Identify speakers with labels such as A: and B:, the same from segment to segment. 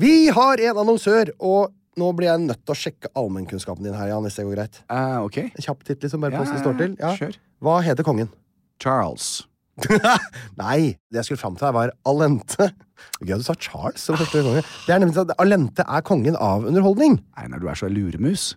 A: Vi har en annonsør, og nå blir jeg nødt til å sjekke allmennkunnskapen din her, Jan, hvis det går greit.
B: Eh, ok.
A: En kjapp titt, liksom, bare
B: Ja,
A: på hvordan det står til.
B: ja, kjør.
A: Hva heter kongen?
B: Charles.
A: Nei, det jeg skulle fram til her, var Alente. Gøy at du sa Charles som første konge. Det er nemlig sånn at Alente er kongen av underholdning.
B: Einar, du er så luremus.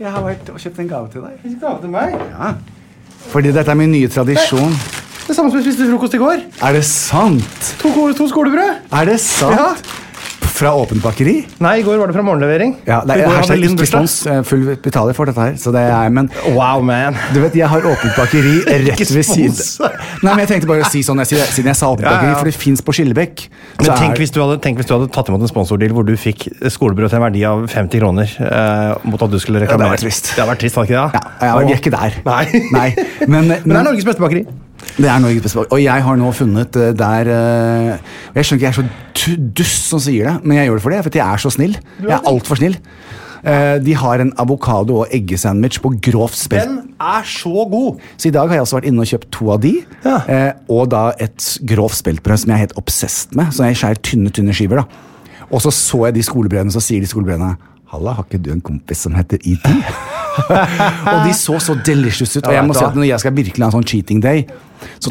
B: Jeg har vært og kjøpt en gave til deg.
A: Det
B: Ja. Fordi dette er min nye tradisjon.
A: samme som vi spiste frokost i går.
B: Er det sant?
A: To, ko- to skolebrød.
B: Er det sant?
A: Ja.
B: Fra åpent bakeri?
A: Nei, i går var det fra morgenlevering.
B: Ja, det
A: I
B: er
A: går hadde
B: hashtag
A: vi liten
B: ikke
A: bursdag.
B: spons. eh, Full betaler for dette her, så det er men
A: Wow, man.
B: Du vet, jeg har åpent bakeri rett
A: Ikke
B: ved siden
A: spons.
B: Nei, men jeg tenkte bare å si sånn jeg sier- siden jeg sa åpent
A: Ja, ja.
B: bakeri, for det fins på Skillebekk.
C: Men
B: Så er-
C: tenk hvis, du hadde, tenk hvis du hadde tatt imot en sponsordeal hvor du fikk skolebrød til en verdi av 50 kroner eh, mot at du skulle
B: det hadde
C: reklamere.
B: vært trist.
C: Det hadde vært trist, hadde ikke det?
B: Ja, jeg er ikke der.
A: Nei.
B: Men,
A: Men det er Norges beste bakeri.
B: Det er Norges beste bakeri. Og jeg har nå funnet eh, der eh, Jeg skjønner ikke jeg er så tu- dust som sier det, men jeg gjør det for det, for jeg er så snill. Jeg er altfor snill. Eh, De har en avokado- og eggesandwich på grovt
C: Den
B: spelt.
C: er så god!
B: Så i dag har jeg også vært inne og kjøpt to av de.
C: Ja.
B: eh, Og da et grovt speltbrød som jeg er helt obsesst med. Så jeg skjærer tynne, tynne skiver, da. Og så så jeg de skolebrødene, så sier de skolebrødene Halla, har ikke du en kompis som heter ET? og de så så delicious ut. Og jeg må si at når jeg skal virkelig ha en sånn cheating day, så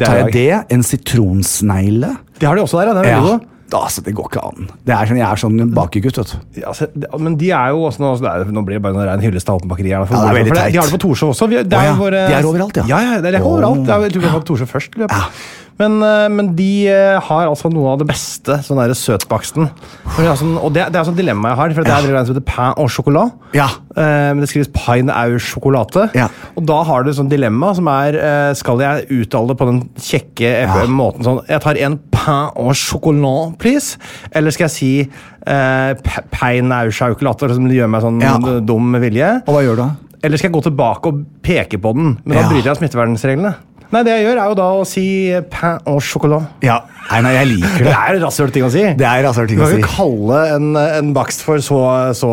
C: Det er
B: tar jeg
C: i
B: det, en sitronsnegle
C: Det har de også der, ja. Den er veldig
B: ja,
C: god.
B: da, altså, Det går ikke an. Det er sånn, jeg er sånn bakergutt, vet du.
C: Ja, altså, det- men de er jo også, nå, altså, det er, jo- nå blir det bare en rein hyllest av åpent bakeri. her, for
B: Ja, det er
C: hvorfor-
B: veldig
C: for
B: teit.
C: De har det på Torshov også. Vi, det
B: Å,
C: jo
B: ja.
C: våre-
B: De er overalt, ja.
C: Ja, ja det er
B: Å.
C: overalt. Det er, jeg tror vi var på Torshov først. Løp. Men, eh, men de eh, har altså noe av det beste, sånn derre søtbaksten. For det er sånn, og det, det er sånn dilemma jeg har, for det er det som heter pain au chocolat.
B: Ja.
C: Eh, men det skrives pine au chocolate.
B: Ja.
C: Og da har du et sånt dilemma som er eh, Skal jeg uttale det på den kjekke
B: Ja.
C: måten sånn Jeg tar en pain au chocolat, please. Eller skal jeg si eh, p- pain au chocolate, som det gjør meg sånn
B: Ja.
C: eh, dum med vilje?
B: Og hva gjør du da?
C: Eller skal jeg gå tilbake og peke på den? Men
B: Ja.
C: da bryter jeg smittevernreglene. Nei, det jeg gjør, er jo da å si eh, pain au chocolat.
B: Ja, Nei, nei, jeg liker
A: Det
B: det.
A: er en rasshøl ting å si.
B: Det er rasshøl ting
A: Du
B: å
A: kan
B: si.
A: ikke kalle en, en bakst for så, så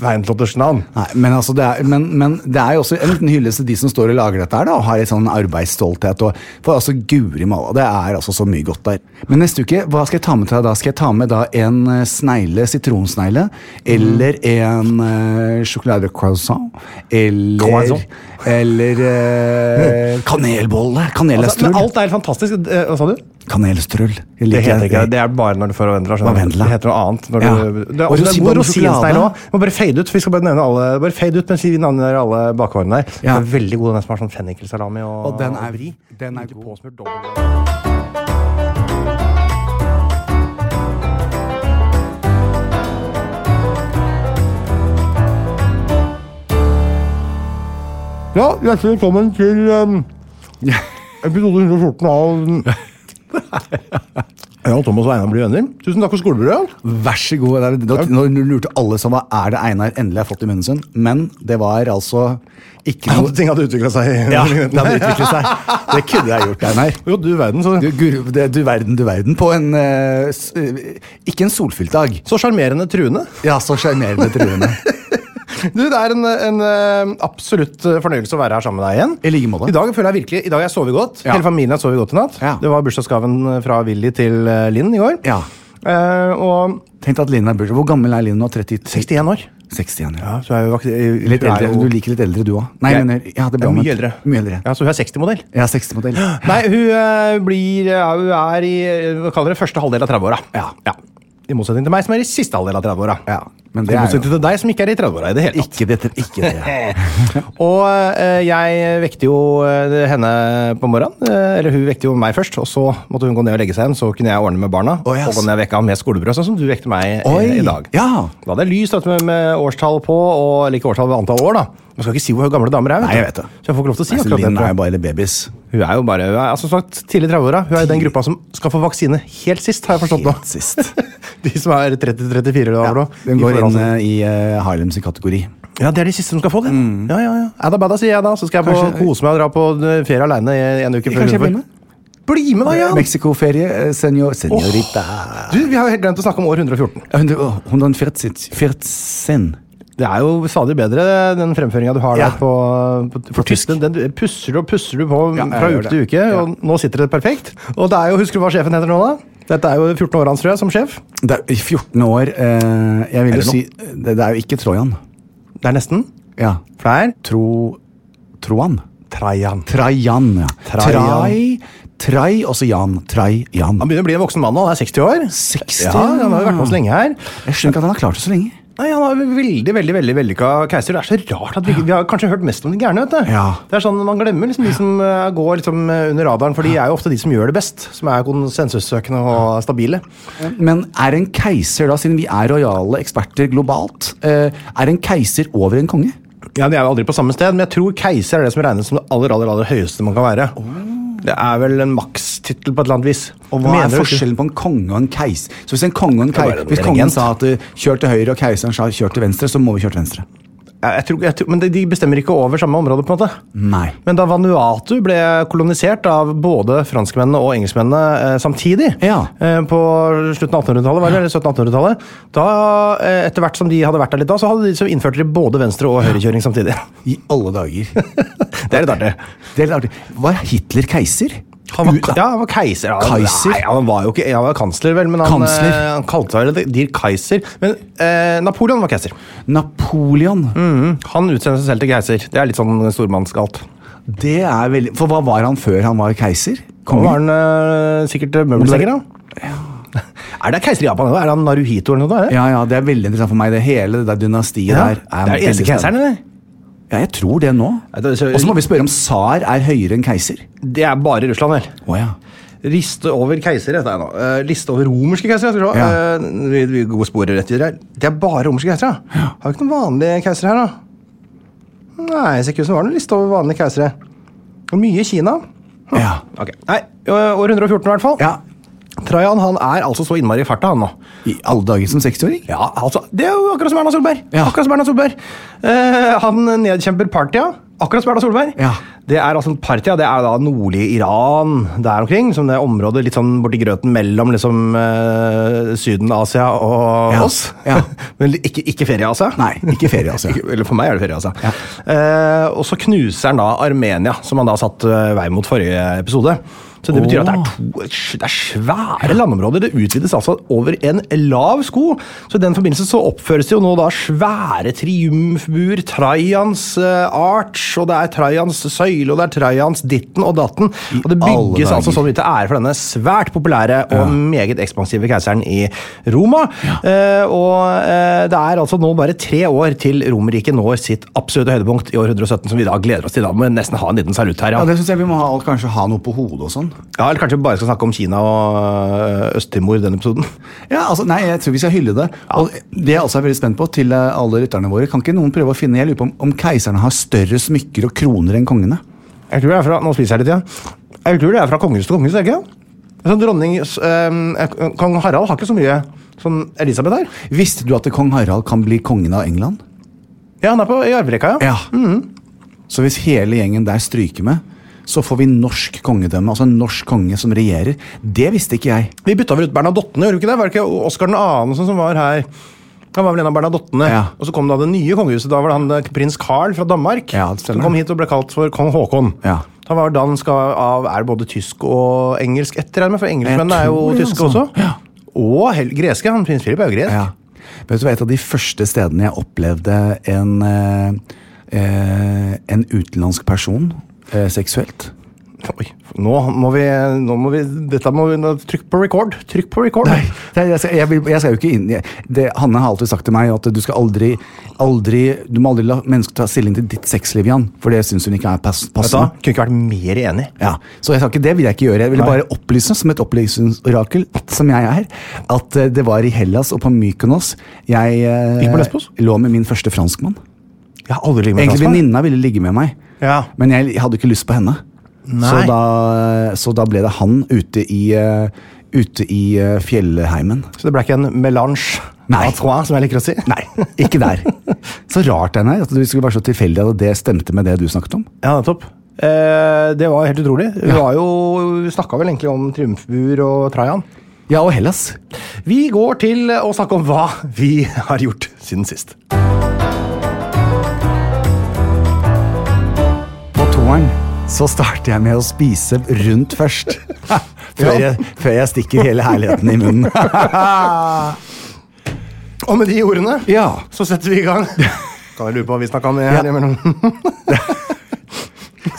A: feintlåtters navn.
B: Nei, men, altså det er, men, men det er jo også en liten hyllest til de som står og lager dette her, da, og har litt sånn arbeidsstolthet. Og, for altså, guri malla, det er altså så mye godt der. Men neste uke, hva skal jeg ta med til deg da? Skal jeg ta med da en eh, snegle, sitronsnegle? Eller en uh, sjokolade croissant? Eller
A: Croissant.
B: Eller eh, kanelbolle?
A: Altså,
B: Kanelstrull?
A: men alt er helt fantastisk. Eh, Hva sa du?
B: Kanelstrull. Jeg
A: Det
B: liker
A: heter ikke det. Det er bare når du får Vendela. skjønner du.
B: Vendela.
A: Det heter noe annet. Når
B: Ja.
A: du, det er,
B: Og
A: og det er god
B: rosinbånd sjokolade.
A: rosinsnegle òg. Må bare fade ut. Vi skal bare nevne alle Bare fade ut mens vi navner alle bakvarene der.
B: Ja.
A: Det er veldig god den som har sånn fennikelsalami og,
B: Og den er,
A: og vri.
B: den er god.
A: Påsmurt dobbelt. Ja, hjertelig velkommen til
B: ehm,
A: um, episode 114 av um, Jeg og Thomas og Einar blir venner. Tusen takk for skolebrødet.
B: Vær så god. Det er- Da, nå lurte alle som hva er det Einar endelig har fått i munnen sin, men det var altså ikke noe
A: ting hadde utvikla seg.
B: ja, det hadde utviklet seg. Det kunne jeg gjort, Einar.
A: Jo, du verden, så,
B: Du, guru, det, du verden, du verden. På en eh, s- eh, Ikke en solfylt dag.
A: så sjarmerende truende.
B: Ja, så sjarmerende truende.
A: Du, Det er en, en eh, absolutt fornøyelse å være her sammen med deg igjen.
B: I like måte.
A: I dag føler jeg virkelig, i dag har jeg sovet godt.
B: Ja.
A: Hele familien har sovet godt i natt.
B: Ja.
A: Det var bursdagsgaven fra Willy til eh, Linn i går.
B: Ja.
A: Eh, og
B: Tenk deg at Linn er bursdag. Hvor gammel er Linn nå? 30,
A: 61 år.
B: 61, ja.
A: Ja, så er jo, ak- eh,
B: Litt
A: hun er
B: eldre.
A: jo-
B: Du liker litt eldre, du òg? Nei,
A: Jeg-
B: men ja,
A: Jeg
B: det er bra.
A: er
B: men-
A: mye eldre.
B: Mye eldre.
A: Ja, Så hun er 60-modell.
B: Jeg er 60-modell.
A: Nei, hun eh, blir, eh, hun er i eh, hva kaller det, første halvdel av 30-åra.
B: Ja.
A: I motsetning til meg, som er i siste halvdel av 30-åra.
B: Ja, men det
A: I
B: er jo-
A: motsetning til deg, som ikke er i 30-åra i det hele tatt.
B: Ikke dette, ikke det.
A: Og eh, jeg vekte jo eh, henne på morgenen. eh, eller hun vekte jo meg først, og så måtte hun gå ned og legge seg igjen. Så kunne jeg ordne med barna.
B: Å, yes.
A: Og gå ned og vekke henne med skolebrød, sånn som du vekte meg eh,
B: Oi,
A: i dag.
B: ja.
A: Da hadde jeg lys dette med, med årstall på, og, eller ikke årstall, men antall år, da. Man skal ikke si hvor gamle damer er.
B: Nei, jeg vet det.
A: Så jeg får ikke lov til å si
B: Nei, så
A: akkurat det.
B: Altså, Linn
A: tror
B: er
A: jeg.
B: jo bare babys.
A: Hun er jo bare, hun er, altså, som sagt, tidlig i 30-åra. Hun er i den gruppa som skal få vaksine helt sist, har jeg forstått nå.
B: Helt sist.
A: De som er 30-34 år
B: Ja,
A: nå.
B: den
A: de
B: går
A: får
B: inn
A: altså-
B: eh, i uh, Harlems kategori.
A: Ja, det er de siste som skal få det. Ja, ja, ja. Adda badda, sier jeg da. Så skal jeg på,
B: Mm. Kanskje-
A: kose meg og dra på eh, ferie aleine en uke før
B: Kanskje
A: hun
B: jeg
A: får-
B: blir med?
A: Bli med, da, Jan!
B: Mexico-ferie, eh, senor, senorita
A: Du, vi har jo helt glemt å snakke om år 114.
B: Ja, hundre- åh, 140 14.
A: Det er jo stadig bedre, den fremføringa du har
B: Ja.
A: der på, på, på tysk. Den, den du- pusser du og pusser du på
B: Ja, jeg
A: fra
B: gjør
A: uke til
B: det.
A: uke, og nå sitter det perfekt. Og det er jo, Husker du hva sjefen heter nå, da? Dette er jo 14 året hans, tror jeg, som sjef.
B: Det er i 14 år eh, Jeg vil
A: Er det
B: jo si det, det er jo ikke Trojan.
A: Det er nesten.
B: Ja.
A: For det er
B: Tro... Troan?
A: Trajan.
B: Trajan, ja.
A: Trajan.
B: Trai, trai og så Jan. Trajan.
A: Han begynner å bli en voksen mann nå, han er 60 år.
B: 60?
A: Ja, Han har jo vært med oss lenge her.
B: Jeg skjønner ikke at han har klart det så lenge.
A: Nei, Han har veldig veldig, veldig vellykka keiser. Det er så rart at vi, vi har kanskje hørt mest om de gærne. vet du.
B: Ja.
A: Det er sånn Man glemmer liksom de som eh, går liksom eh, under radaren, for de er jo ofte de som gjør det best. Som er konsensussøkende og stabile.
B: Men er en keiser, da, siden vi er rojale eksperter globalt, eh, er en keiser over en konge?
A: Ja, De er jo aldri på samme sted, men jeg tror keiser er det som regnes som det aller aller, aller høyeste man kan være. Det er vel en makstittel på et eller annet vis.
B: Og hva
A: Mener
B: er
A: du ikke?
B: forskjellen på en konge og en keiser? Så Hvis en konge og en
A: være
B: keiser,
A: en
B: hvis kongen
A: regent.
B: sa at eh, kjør til høyre og keiseren sa kjør til venstre, så må vi kjøre til venstre.
A: Jeg, jeg tror, jeg tror, men de- de bestemmer ikke over samme område, på en måte.
B: Nei.
A: Men da Vanuatu ble kolonisert av både franskmennene og engelskmennene eh, samtidig,
B: Ja.
A: eh, på slutten av 1800-tallet, var det, eller 1700-1800-tallet, da, eh, etter hvert som de hadde vært der litt da, så hadde de så innførte de både venstre- og høyrekjøring samtidig.
B: I alle dager.
A: Det er litt artig.
B: Det er litt artig. Var Hitler keiser?
A: Han var,
B: Ut-
A: ja, han var keiser. Han,
B: Kaiser?
A: Nei, han var jo ikke han var kansler, vel, men han,
B: Kansler.
A: eh, han kalte seg vel Der Kaiser. Men eh, Napoleon var keiser.
B: Napoleon.
A: Han utsendte seg selv til keiser. Det er litt sånn stormannsgalt.
B: Det er veldig For hva var han før han var keiser?
A: Nå
B: Konge?
A: var han eh, sikkert eh, møbelstenger, da. Er det keiser i Japan? da? Er han Naruhito eller noe? Er det?
B: Ja, ja, Det er veldig interessant for meg. Det hele det der dynastiet
A: Ja.
B: der.
A: det er den eneste
B: veldig
A: keiseren,
B: spennende.
A: eller?
B: Ja, jeg tror det nå.
A: Nei, det er så-
B: Og så må vi spørre om tsar er høyere enn keiser.
A: Det er bare i Russland, vel.
B: Å ja.
A: Liste over keisere heter jeg nå. Eh, liste over romerske keisere. skal vi se.
B: Ja.
A: Eh, vi, vi går sporet rett videre. her. Det er bare romerske keisere. Ja. Har vi ikke noen vanlige keisere her, da? Nei, det ser ikke ut som det var noen liste over vanlige keisere. Og Mye i Kina.
B: ja.
A: Ok, Nei, ø, år 114 i hvert fall.
B: Ja.
A: Trajan han er altså så innmari i farta, han nå.
B: I alle dager som 60-åring?
A: Ja, altså, Det er jo akkurat som Erna Solberg.
B: Ja.
A: Akkurat som Erna Solberg. Eh, han nedkjemper partia. Akkurat som Erna Solberg.
B: Ja.
A: Det er altså Partia, det er da nordlige Iran der omkring. Som det området litt sånn borti grøten mellom liksom eh, Syden-Asia og
B: Ja,
A: oss.
B: ja.
A: Men ikke, ikke Ferie-Asia.
B: Nei, ikke ferie, altså.
A: Ikke- Eller for meg er det ferie, altså. Eh, og så knuser han da Armenia, som han da satt eh, vei mot forrige episode. Så det betyr at det er, to, det er svære landområder. Det utvides altså over en lav sko. Så i den forbindelse så oppføres det jo nå da svære triumfbuer, Trajans eh, arch, og det er Trajans søyle, og det er Trajans ditten og datten. Og det
B: alle
A: bygges altså
B: dager.
A: så vidt til ære for denne svært populære og meget ekspansive keiseren i Roma. Eh, og eh, det er altså nå bare tre år til Romerriket når sitt absolutte høydepunkt i år 117, som vi da gleder oss til. Da må vi nesten ha en liten salutt her. Ja.
B: Ja, det syns jeg vi må ha, kanskje ha noe på hodet og sånn.
A: ja, Eller kanskje vi bare skal snakke om Kina og eh, Øst-Timor i denne episoden.
B: Ja, altså, nei, jeg tror vi skal hylle det. Og det jeg også er veldig spent på, til eh, alle rytterne våre, kan ikke noen prøve å finne Jeg lurer på om, om keiserne har større smykker og kroner enn kongene?
A: Jeg tror det er fra Nå spiser jeg litt igjen. Jeg tror det er fra kongehus til kongehus, er det ikke? Så dronning, eh, Kong Harald har ikke så mye som Elisabeth her.
B: Visste du at kong Harald kan bli kongen av England?
A: Ja, han er på i arverekka, ja.
B: Ja. Så hvis hele gjengen der stryker med, så får vi norsk kongedømme. Altså en norsk konge som regjerer. Det visste ikke jeg.
A: Vi bytta vel ut Bernadottene, gjorde vi ikke det? Var det ikke Oskar 2. som var her? Han var vel en av Bernadottene.
B: Ja.
A: Og så kom da det nye kongehuset. Da var det han eh, prins Carl fra Danmark.
B: Ja, det stemmer.
A: som kom hit og ble kalt for kong Haakon.
B: Ja.
A: Han var dansk av er det både tysk og engelsk etter, regner jeg med, for engelskmennene
B: Jeg
A: er jo
B: tror det,
A: tyske
B: altså.
A: også. Og hel greske. han Prins Philip er jo gresk.
B: Ja. Vet du hva, Et av de første stedene jeg opplevde en, eh, eh, en utenlandsk person eh, seksuelt
A: Oi, nå må vi, nå må vi Dette må vi nå- Trykk på record! Trykk på record!
B: Nei, nei, jeg, skal, jeg, vil, jeg skal jo ikke inn jeg, det, Hanne har alltid sagt til meg at du skal aldri, aldri Du må aldri la mennesker ta stilling til ditt sexliv, Jan. For det syns hun ikke er pass,
A: Vet du hva?
B: passende.
A: Kunne ikke vært mer enig.
B: Ja, så jeg sa ikke det vil jeg ikke gjøre. Jeg ville
A: Nei.
B: bare opplyse, som et opplysningsorakel, som jeg er, at eh, det var i Hellas og på Mykonos jeg eh,
A: Gikk på lesbos?
B: lå med min første franskmann.
A: Jeg har aldri ligget med
B: Egentlig
A: franskmann.
B: venninna ville ligge med meg,
A: Ja.
B: men jeg hadde ikke lyst på henne. Så
A: Nei.
B: da, så da ble det han ute i, eh, ute i eh, fjellheimen.
A: Så det ble ikke en melange
B: Nei.
A: à trois, som jeg liker å si?
B: Nei, ikke der. Så rart den er, at det skulle være så tilfeldig at det stemte med det du snakket om.
A: Ja, nettopp. Eh, det var helt utrolig. Vi, var jo- vi snakka vel egentlig om triumfbuer og Trajan.
B: Ja, og Hellas.
A: Vi går til å snakke om hva vi har gjort siden sist.
B: På toeren så starter jeg med å spise rundt først. før, jeg, før jeg stikker hele herligheten i munnen.
A: Og med de ordene
B: ja.
A: så setter vi i gang. Kan jeg lure på hva vi snakka om her
B: Ja.
A: imellom?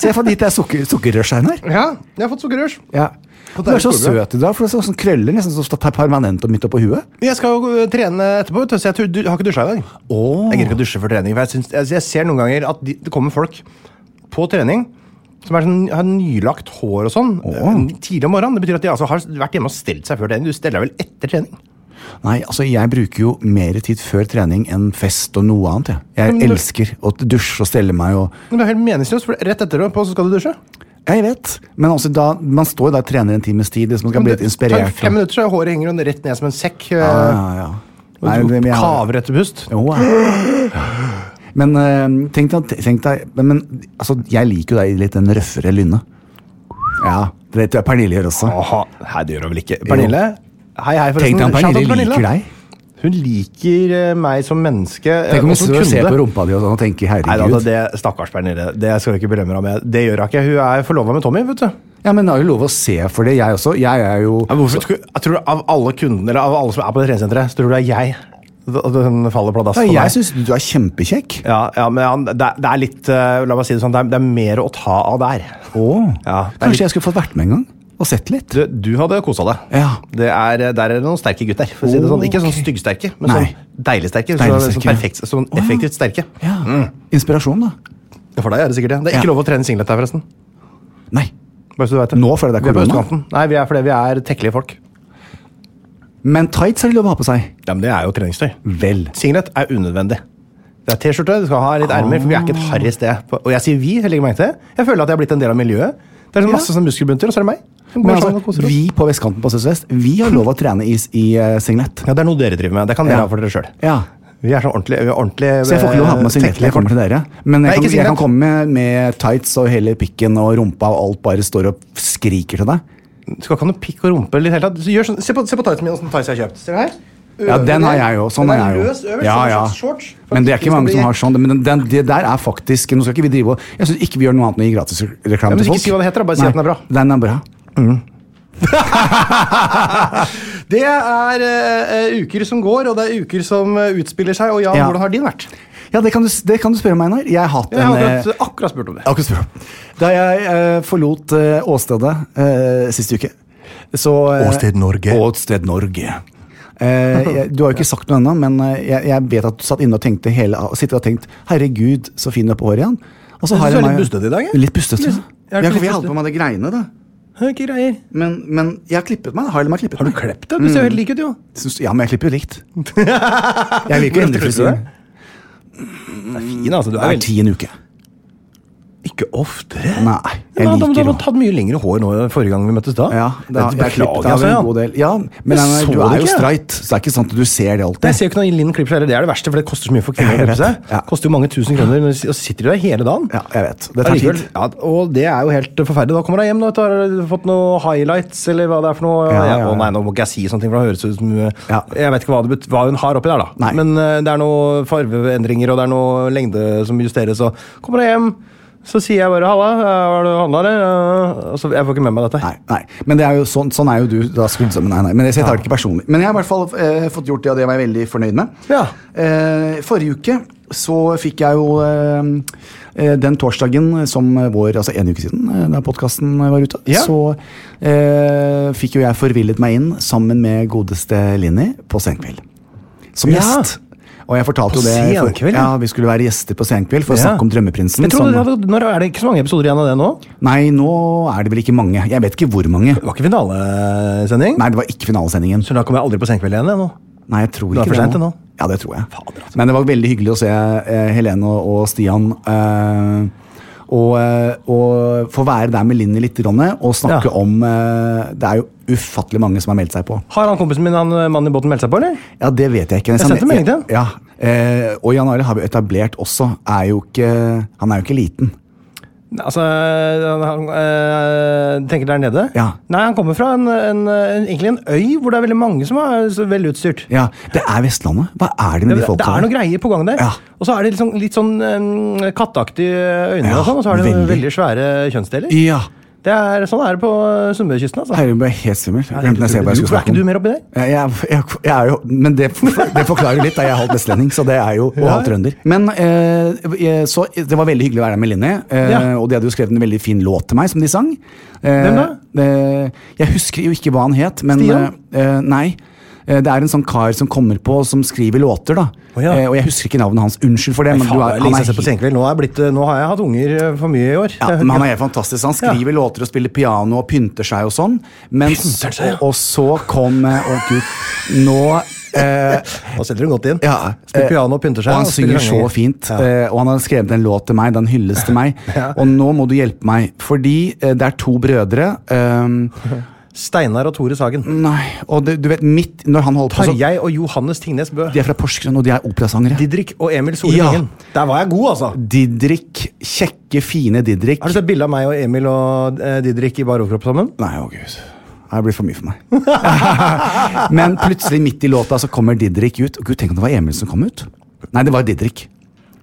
B: Se for dit det er sukker, sukkerrush, Einar.
A: Ja, jeg har fått sukkerrush.
B: Ja.
A: Og
B: Du er så
A: deilig
B: søt i dag, for det er sånn krøller nesten som står permanent midt oppå huet.
A: Jeg skal jo eh, trene etterpå, vet du, så jeg tror- du- har ikke dusja i dag. Jeg gidder ikke å dusje før trening, for jeg, syns, jeg, jeg ser noen ganger at de, det kommer folk på trening som er sånn, har nylagt hår og sånn eh, tidlig om morgenen. Det betyr at de altså har vært hjemme og stelt seg før trening. Du steller deg vel etter trening?
B: Nei, altså jeg bruker jo mer tid før trening enn fest og noe annet. Jeg, jeg
A: Men du-
B: elsker å dusje og stelle meg og
A: Men Det er helt meningsløst, for rett etterpå så skal du dusje.
B: Ja, Jeg vet, men altså da, man står jo der og trener en times tid liksom, man skal bli litt
A: tar
B: inspirert.
A: fem
B: og-
A: minutter, så er håret henger rett ned som en sekk. eh,
B: Ja, ja, ja.
A: og
B: Nei,
A: du
B: men jeg-
A: kaver etter pust.
B: Jo, ja. Men eh, tenk deg, tenk deg men, men, altså, Jeg liker jo deg i litt den røffere lynne. Ja, det tror jeg Pernille gjør også.
A: Aha, her det gjør hun vel ikke. Pernille? Hei, hei, forresten.
B: Tenk deg om
A: Shout out
B: Pernille
A: til
B: liker deg.
A: Hun liker eh, meg som menneske. eh,
B: Tenk om
A: og
B: hun
A: som
B: står og ser
A: kunde.
B: på rumpa di og, sånn, og tenker
A: Nei da,
B: herregud.
A: det, det, stakkars Pernille. Det skal du ikke berømme deg med. Det gjør hun ikke. Hun er forlova med Tommy, vet du.
B: Ja, Men det er jo lov å se for det, jeg også. Jeg er jo
A: Ja, men hvorfor skulle, jeg tror Av alle kundene eller av alle som er på det treningssenteret, så tror du det er jeg d- den faller pladask
B: ja,
A: for meg.
B: Jeg syns du er kjempekjekk.
A: ja, ja, men han- det, er- det er litt eh, La meg si det sånn, det er, det er mer å ta av der.
B: Åh,
A: Ja, det er litt-
B: Kanskje jeg skulle fått vært med en gang og sett litt?
A: Du, du hadde kosa deg.
B: Ja.
A: Det er, eh, der er det noen sterke gutter. For å si det sånn. Ikke sånn
B: Ok.
A: styggsterke, men
B: Nei.
A: sånn deilig sterke. så,
B: Deilig sterke,
A: sånn
B: ja.
A: perfekt, sånn
B: Å, ja.
A: effektivt sterke.
B: Ja. Mm. Inspirasjon, da.
A: For deg er det sikkert det. Det er ikke
B: Ja.
A: lov å trene singlet her, forresten.
B: Nei.
A: Bare så du vet det.
B: Nå fordi det er
A: Vi på
B: korona?
A: østkanten. Nei, vi er fordi vi er tekkelige folk.
B: Men tights er det lov å ha på seg.
A: Ja, men det er jo treningstøy.
B: Vel.
A: Singlet er unødvendig. Det er T-skjorte, du skal ha litt ermer, for vi er ikke et
B: Ah.
A: harry sted. på- Og jeg sier vi, jeg legger merke til. Jeg føler at jeg har blitt en del av miljøet. Det er sånn masse sånn muskelbunter, og så er det meg. Som går
B: Men
A: sånn og
B: altså,
A: koser oss.
B: vi på vestkanten på Sør-Vest, vi har lov å trene i, i eh, singlet.
A: Ja, det er noe dere driver med. Det kan dere
B: Ja.
A: ha for dere sjøl.
B: Ja.
A: Vi er sånn ordentlig, vi er ordentlig eh,
B: Så jeg får ikke lov å ha på meg singlet når jeg kommer til dere. Men
A: Nei,
B: jeg
A: ikke
B: kan, jeg kan
A: singlet.
B: komme med, med tights og hele pikken og rumpa og alt bare står og skriker til deg.
A: Skal ikke ha noe pikk og rumpe. eller i det hele tatt. Så Gjør sånn, se på, se på tightsen min, åssen tights jeg har kjøpt. Ser du her?
B: Ja, den har jeg jo. Sånn
A: Den
B: er jeg jo.
A: Løs øverst,
B: Ja,
A: som en
B: ja.
A: slags shorts.
B: Men det er ikke
A: Faktisk,
B: mange som
A: det-
B: har sånn. Men den, den, det der er faktisk Nå skal ikke vi drive og Jeg syns ikke vi gjør noe annet enn å gi
A: Ja,
B: gratisreklame
A: men
B: til
A: ikke
B: folk.
A: si hva det heter, da, bare si
B: Nei,
A: at den er bra.
B: Den er bra.
A: Det er eh, uker som går, og det er uker som eh, utspiller seg. Og Jan,
B: Ja.
A: hvordan har din vært?
B: Ja, det kan du, s- det kan du spørre meg, Einar. Jeg har hatt
A: Jeg
B: en
A: har
B: eh,
A: akkurat, akkurat spurt om det.
B: Akkurat spør. Da jeg eh, forlot eh, åstedet eh, siste uke, så eh,
A: Åsted Norge.
B: Åsted Norge. Eh, jeg, du har jo ikke sagt noe ennå, men eh, jeg, jeg vet at du satt inne og tenkte hele, og sitter og har tenkt 'herregud, så fin du er på håret igjen'. Og så
A: Jeg synes
B: jeg
A: du er
B: meg-
A: litt bustete i dag, jeg.
B: Litt bustete.
A: Litt- jeg er
B: Ja,
A: ikke
B: for
A: litt
B: jeg holdt på med de greiene, da.
A: Ikke greier.
B: Men, men jeg har klippet meg. da. Har, jeg meg klippet
A: Har du
B: meg?
A: klept deg? Du ser jo helt
B: Mm.
A: lik ut, jo.
B: Syns- Ja, men jeg klipper jo likt.
A: Hvor ofte
B: Jeg liker å endre
A: klipper du
B: frisyren.
A: deg? Det er fin, altså. Du
B: Det er ti en uke.
A: Ikke oftere.
B: Nei, jeg
A: Ja, da, men
B: liker
A: Du har
B: å-
A: tatt mye lengre hår nå enn forrige gang vi møttes da.
B: Ja, da,
A: Dette
B: jeg har klippet av
A: altså,
B: en
A: Jan.
B: god del. Ja,
A: Jeg
B: men nei,
A: så
B: du
A: det
B: er jo
A: ikke.
B: streit, så det er ikke sant at du ser det
A: Nei, Jeg
B: alltid.
A: ser jo ikke når Linn klipper seg, det er det verste, for det koster så mye for kvinner å
B: Jeg
A: klippe
B: vet.
A: seg.
B: Ja.
A: Koster jo mange tusen kroner, men s- og så sitter du der hele dagen.
B: Ja, jeg vet. Det tar
A: Allikevel,
B: tid.
A: Ja, og det er jo helt forferdelig. Da kommer du hjem da, og har du fått noe highlights, eller hva det er for noe.
B: Ja, ja, ja.
A: Å nei, nå må ikke jeg si sånne ting, for det høres ut som eh,
B: Ja.
A: Jeg vet ikke hva, det bet hva hun har oppi der, da.
B: Nei.
A: Men eh, det er noen farveendringer, og det er noe lengde som justeres, og kommer du hjem, så sier jeg bare 'halla, eh, har du handla, eller?' Eh, Og så jeg får ikke med meg dette.
B: Nei, nei. Men det er jo sånn, sånn er jo du da skrudd sammen. Nei, nei. Men jeg tar det ikke personlig. Men jeg har i hvert fall eh, fått gjort det, og det var jeg veldig fornøyd med.
A: Ja.
B: Eh, forrige uke så fikk jeg jo eh, eh, den torsdagen som vår Altså en uke siden, eh, da podkasten var ute,
A: Ja.
B: så eh, fikk jo jeg forvillet meg inn sammen med godeste Linni på Senkveld. Som
A: Ja.
B: gjest. Og jeg fortalte
A: På
B: jo det for-
A: Senkveld,
B: ja,
A: ja.
B: Vi skulle være gjester på Senkveld for å
A: Ja.
B: snakke om Drømmeprinsen.
A: Jeg trodde,
B: som-
A: det hadde- når er det ikke så mange episoder igjen av det nå?
B: Nei, nå er det vel ikke mange. Jeg vet ikke hvor mange.
A: Det var ikke finalesending?
B: Nei, det var ikke finalesendingen.
A: Så da kommer jeg aldri på senkveld igjen? jeg, nå.
B: Nei, jeg tror
A: Det er
B: ikke
A: for sent, det nå.
B: Ja, det tror jeg.
A: Fader, altså.
B: Men det var veldig hyggelig å se eh, Helene og, og Stian. Eh, og, eh, og få være der med Linni litt grann, og snakke
A: Ja.
B: om eh, Det er jo ufattelig mange som har meldt seg på.
A: Har han kompisen min, han eh, mannen i båten, meldt seg på, eller?
B: Ja, det vet jeg ikke.
A: Jeg sendte melding til han.
B: Ja. Eh, og Jan Arild har vi etablert også. Er jo ikke, han er jo ikke liten.
A: Nei, Altså, han, han eh, tenker der nede?
B: Ja.
A: Nei, han kommer fra en, en, en, egentlig en øy hvor det er veldig mange som er så velutstyrt.
B: Ja, Det er Vestlandet. Hva er det
A: Det,
B: med de
A: det
B: folka?
A: er
B: der?
A: noe greier på gang der.
B: Ja.
A: Og så er det liksom, litt sånn um, katteaktige øyne,
B: Ja,
A: og, sånn, og så har de veldig.
B: veldig.
A: svære kjønnsdeler.
B: Ja.
A: Det er, sånn er det på Sunnmørekysten. Altså.
B: Herre, jeg ble helt svimmel. Jeg
A: det er
B: glemte nesten hva jeg
A: utrolig. Hvorfor er
B: skulle snakke
A: ikke
B: om.
A: du mer oppi der?
B: Ja, Jeg, jeg, jeg er jo, men det, det forklarer litt, da. Jeg er halvt vestlending, så det er jo og halvt trønder. Men eh, jeg- så, det var veldig hyggelig å være her med Linni. Eh,
A: Ja.
B: Og de hadde jo skrevet en veldig fin låt til meg, som de sang. Eh,
A: Hvem
B: eh, jeg husker jo ikke hva han het, men
A: Stian?
B: eh, eh, Nei. Eh, Det er en sånn kar som kommer på, som skriver låter, da.
A: Å, ja.
B: eh, og jeg husker ikke navnet hans. Unnskyld for det. Men
A: Faen,
B: du
A: det
B: er,
A: er lenge siden jeg
B: han er
A: har sett på Senkveld. nå, er jeg blitt, eh, nå har jeg hatt unger eh, for mye i år.
B: ja,
A: Det er-
B: men Han er helt fantastisk. Han skriver låter og spiller piano og pynter seg og sånn. Men,
A: Pynter seg, ja.
B: og, og så kom eh, Å, gud. Nå eh,
A: Nå selger hun godt inn.
B: ja, eh,
A: Spiller piano og pynter seg.
B: Og han
A: spiller
B: synger så
A: sanger.
B: fint.
A: Ja.
B: eh, Og han har skrevet en låt til meg. Den hylles til meg. Og nå må du hjelpe meg, fordi eh, det er to brødre. eh,
A: Steinar og Tore Sagen.
B: nei, og det, du vet, midt når han holder på så,
A: Tarjei og Johannes Tingnes Bø.
B: De er fra Porsgrunn, og de er operasangere.
A: Didrik og Emil
B: Ja.
A: Solringen. Der var jeg god, altså!
B: Didrik. Kjekke, fine Didrik.
A: Har du sett bilde av meg og Emil og eh, Didrik i bar overkropp sammen?
B: Nei, å gud. Det her blir for mye for meg. Men plutselig, midt i låta, så kommer Didrik ut. Gud, tenk om det var Emil som kom ut. Nei, det var Didrik.